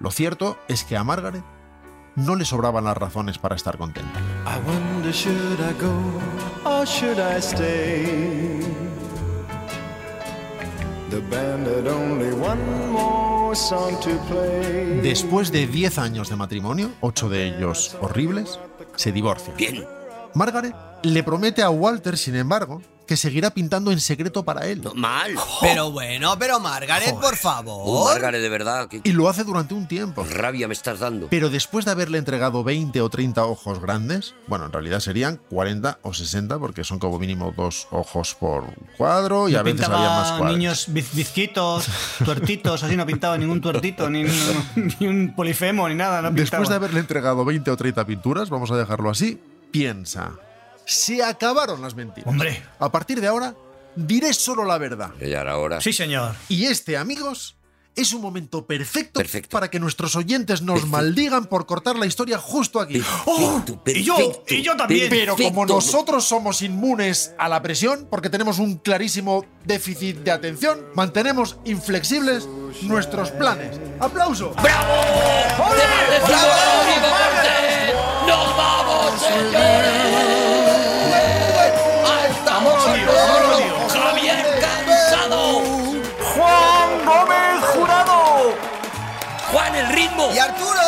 E: Lo cierto es que a Margaret no le sobraban las razones para estar contenta.
J: I wonder should I go or should I stay? The band had only one more song to play.
E: Después de 10 años de matrimonio, 8 de ellos horribles, se divorcia.
C: Bien.
E: Margaret le promete a Walter, sin embargo, que seguirá pintando en secreto para él.
C: Mal.
D: Pero bueno, pero Margaret, por
C: Oh,
D: favor.
C: Margaret, de verdad, qué
E: Y lo hace durante un tiempo.
C: rabia me estás dando.
E: Pero después de haberle entregado 20 o 30 ojos grandes, bueno, en realidad serían 40 o 60 porque son como mínimo dos ojos por cuadro y a
F: No
E: veces había más
F: pintaba
E: cuadros.
F: niños biz- bizquitos, tuertitos, así no pintaba ningún tuertito, ni, ni- ni un polifemo, ni nada. No pintaba.
E: Después de haberle entregado 20 o 30 pinturas, vamos a dejarlo así, piensa. Se acabaron las mentiras.
F: Hombre.
E: A partir de ahora, diré solo la verdad.
C: Que Ya era hora.
F: Sí, señor.
E: Y este, amigos, es un momento perfecto,
C: Perfecto.
E: para que nuestros oyentes nos
C: Perfecto.
E: maldigan por cortar la historia justo aquí.
C: Perfecto,
F: ¡Oh! y yo-
C: perfecto,
F: y yo también.
E: Pero como
C: perfecto.
E: nosotros somos inmunes a la presión, porque tenemos un clarísimo déficit de atención, mantenemos inflexibles nuestros planes. ¡Aplauso!
I: ¡Bravo! ¡Viva Cortés! ¡Nos vamos, señores! ¡Estamos con nosotros! ¡Javier Cansado!
J: Juan Gómez Jurado.
C: ¡Juan, el ritmo!
D: Y Arturo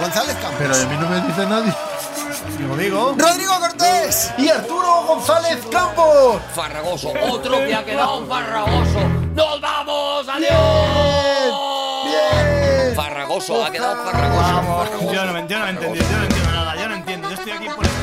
D: González Campos.
E: Pero de mí no me dice nadie.
F: Lo digo.
D: Rodrigo Cortés.
E: ¡Y Arturo González Campos!
C: Farragoso. oh,
I: ¡Otro que ha quedado un farragoso! ¡Nos vamos! ¡Adiós!
E: ¡Bien!
C: Farragoso, ha quedado farragoso. farragoso.
F: Yo no, me- yo no me he entendido, yo no entiendo nada, yo no entiendo. Yo estoy aquí por el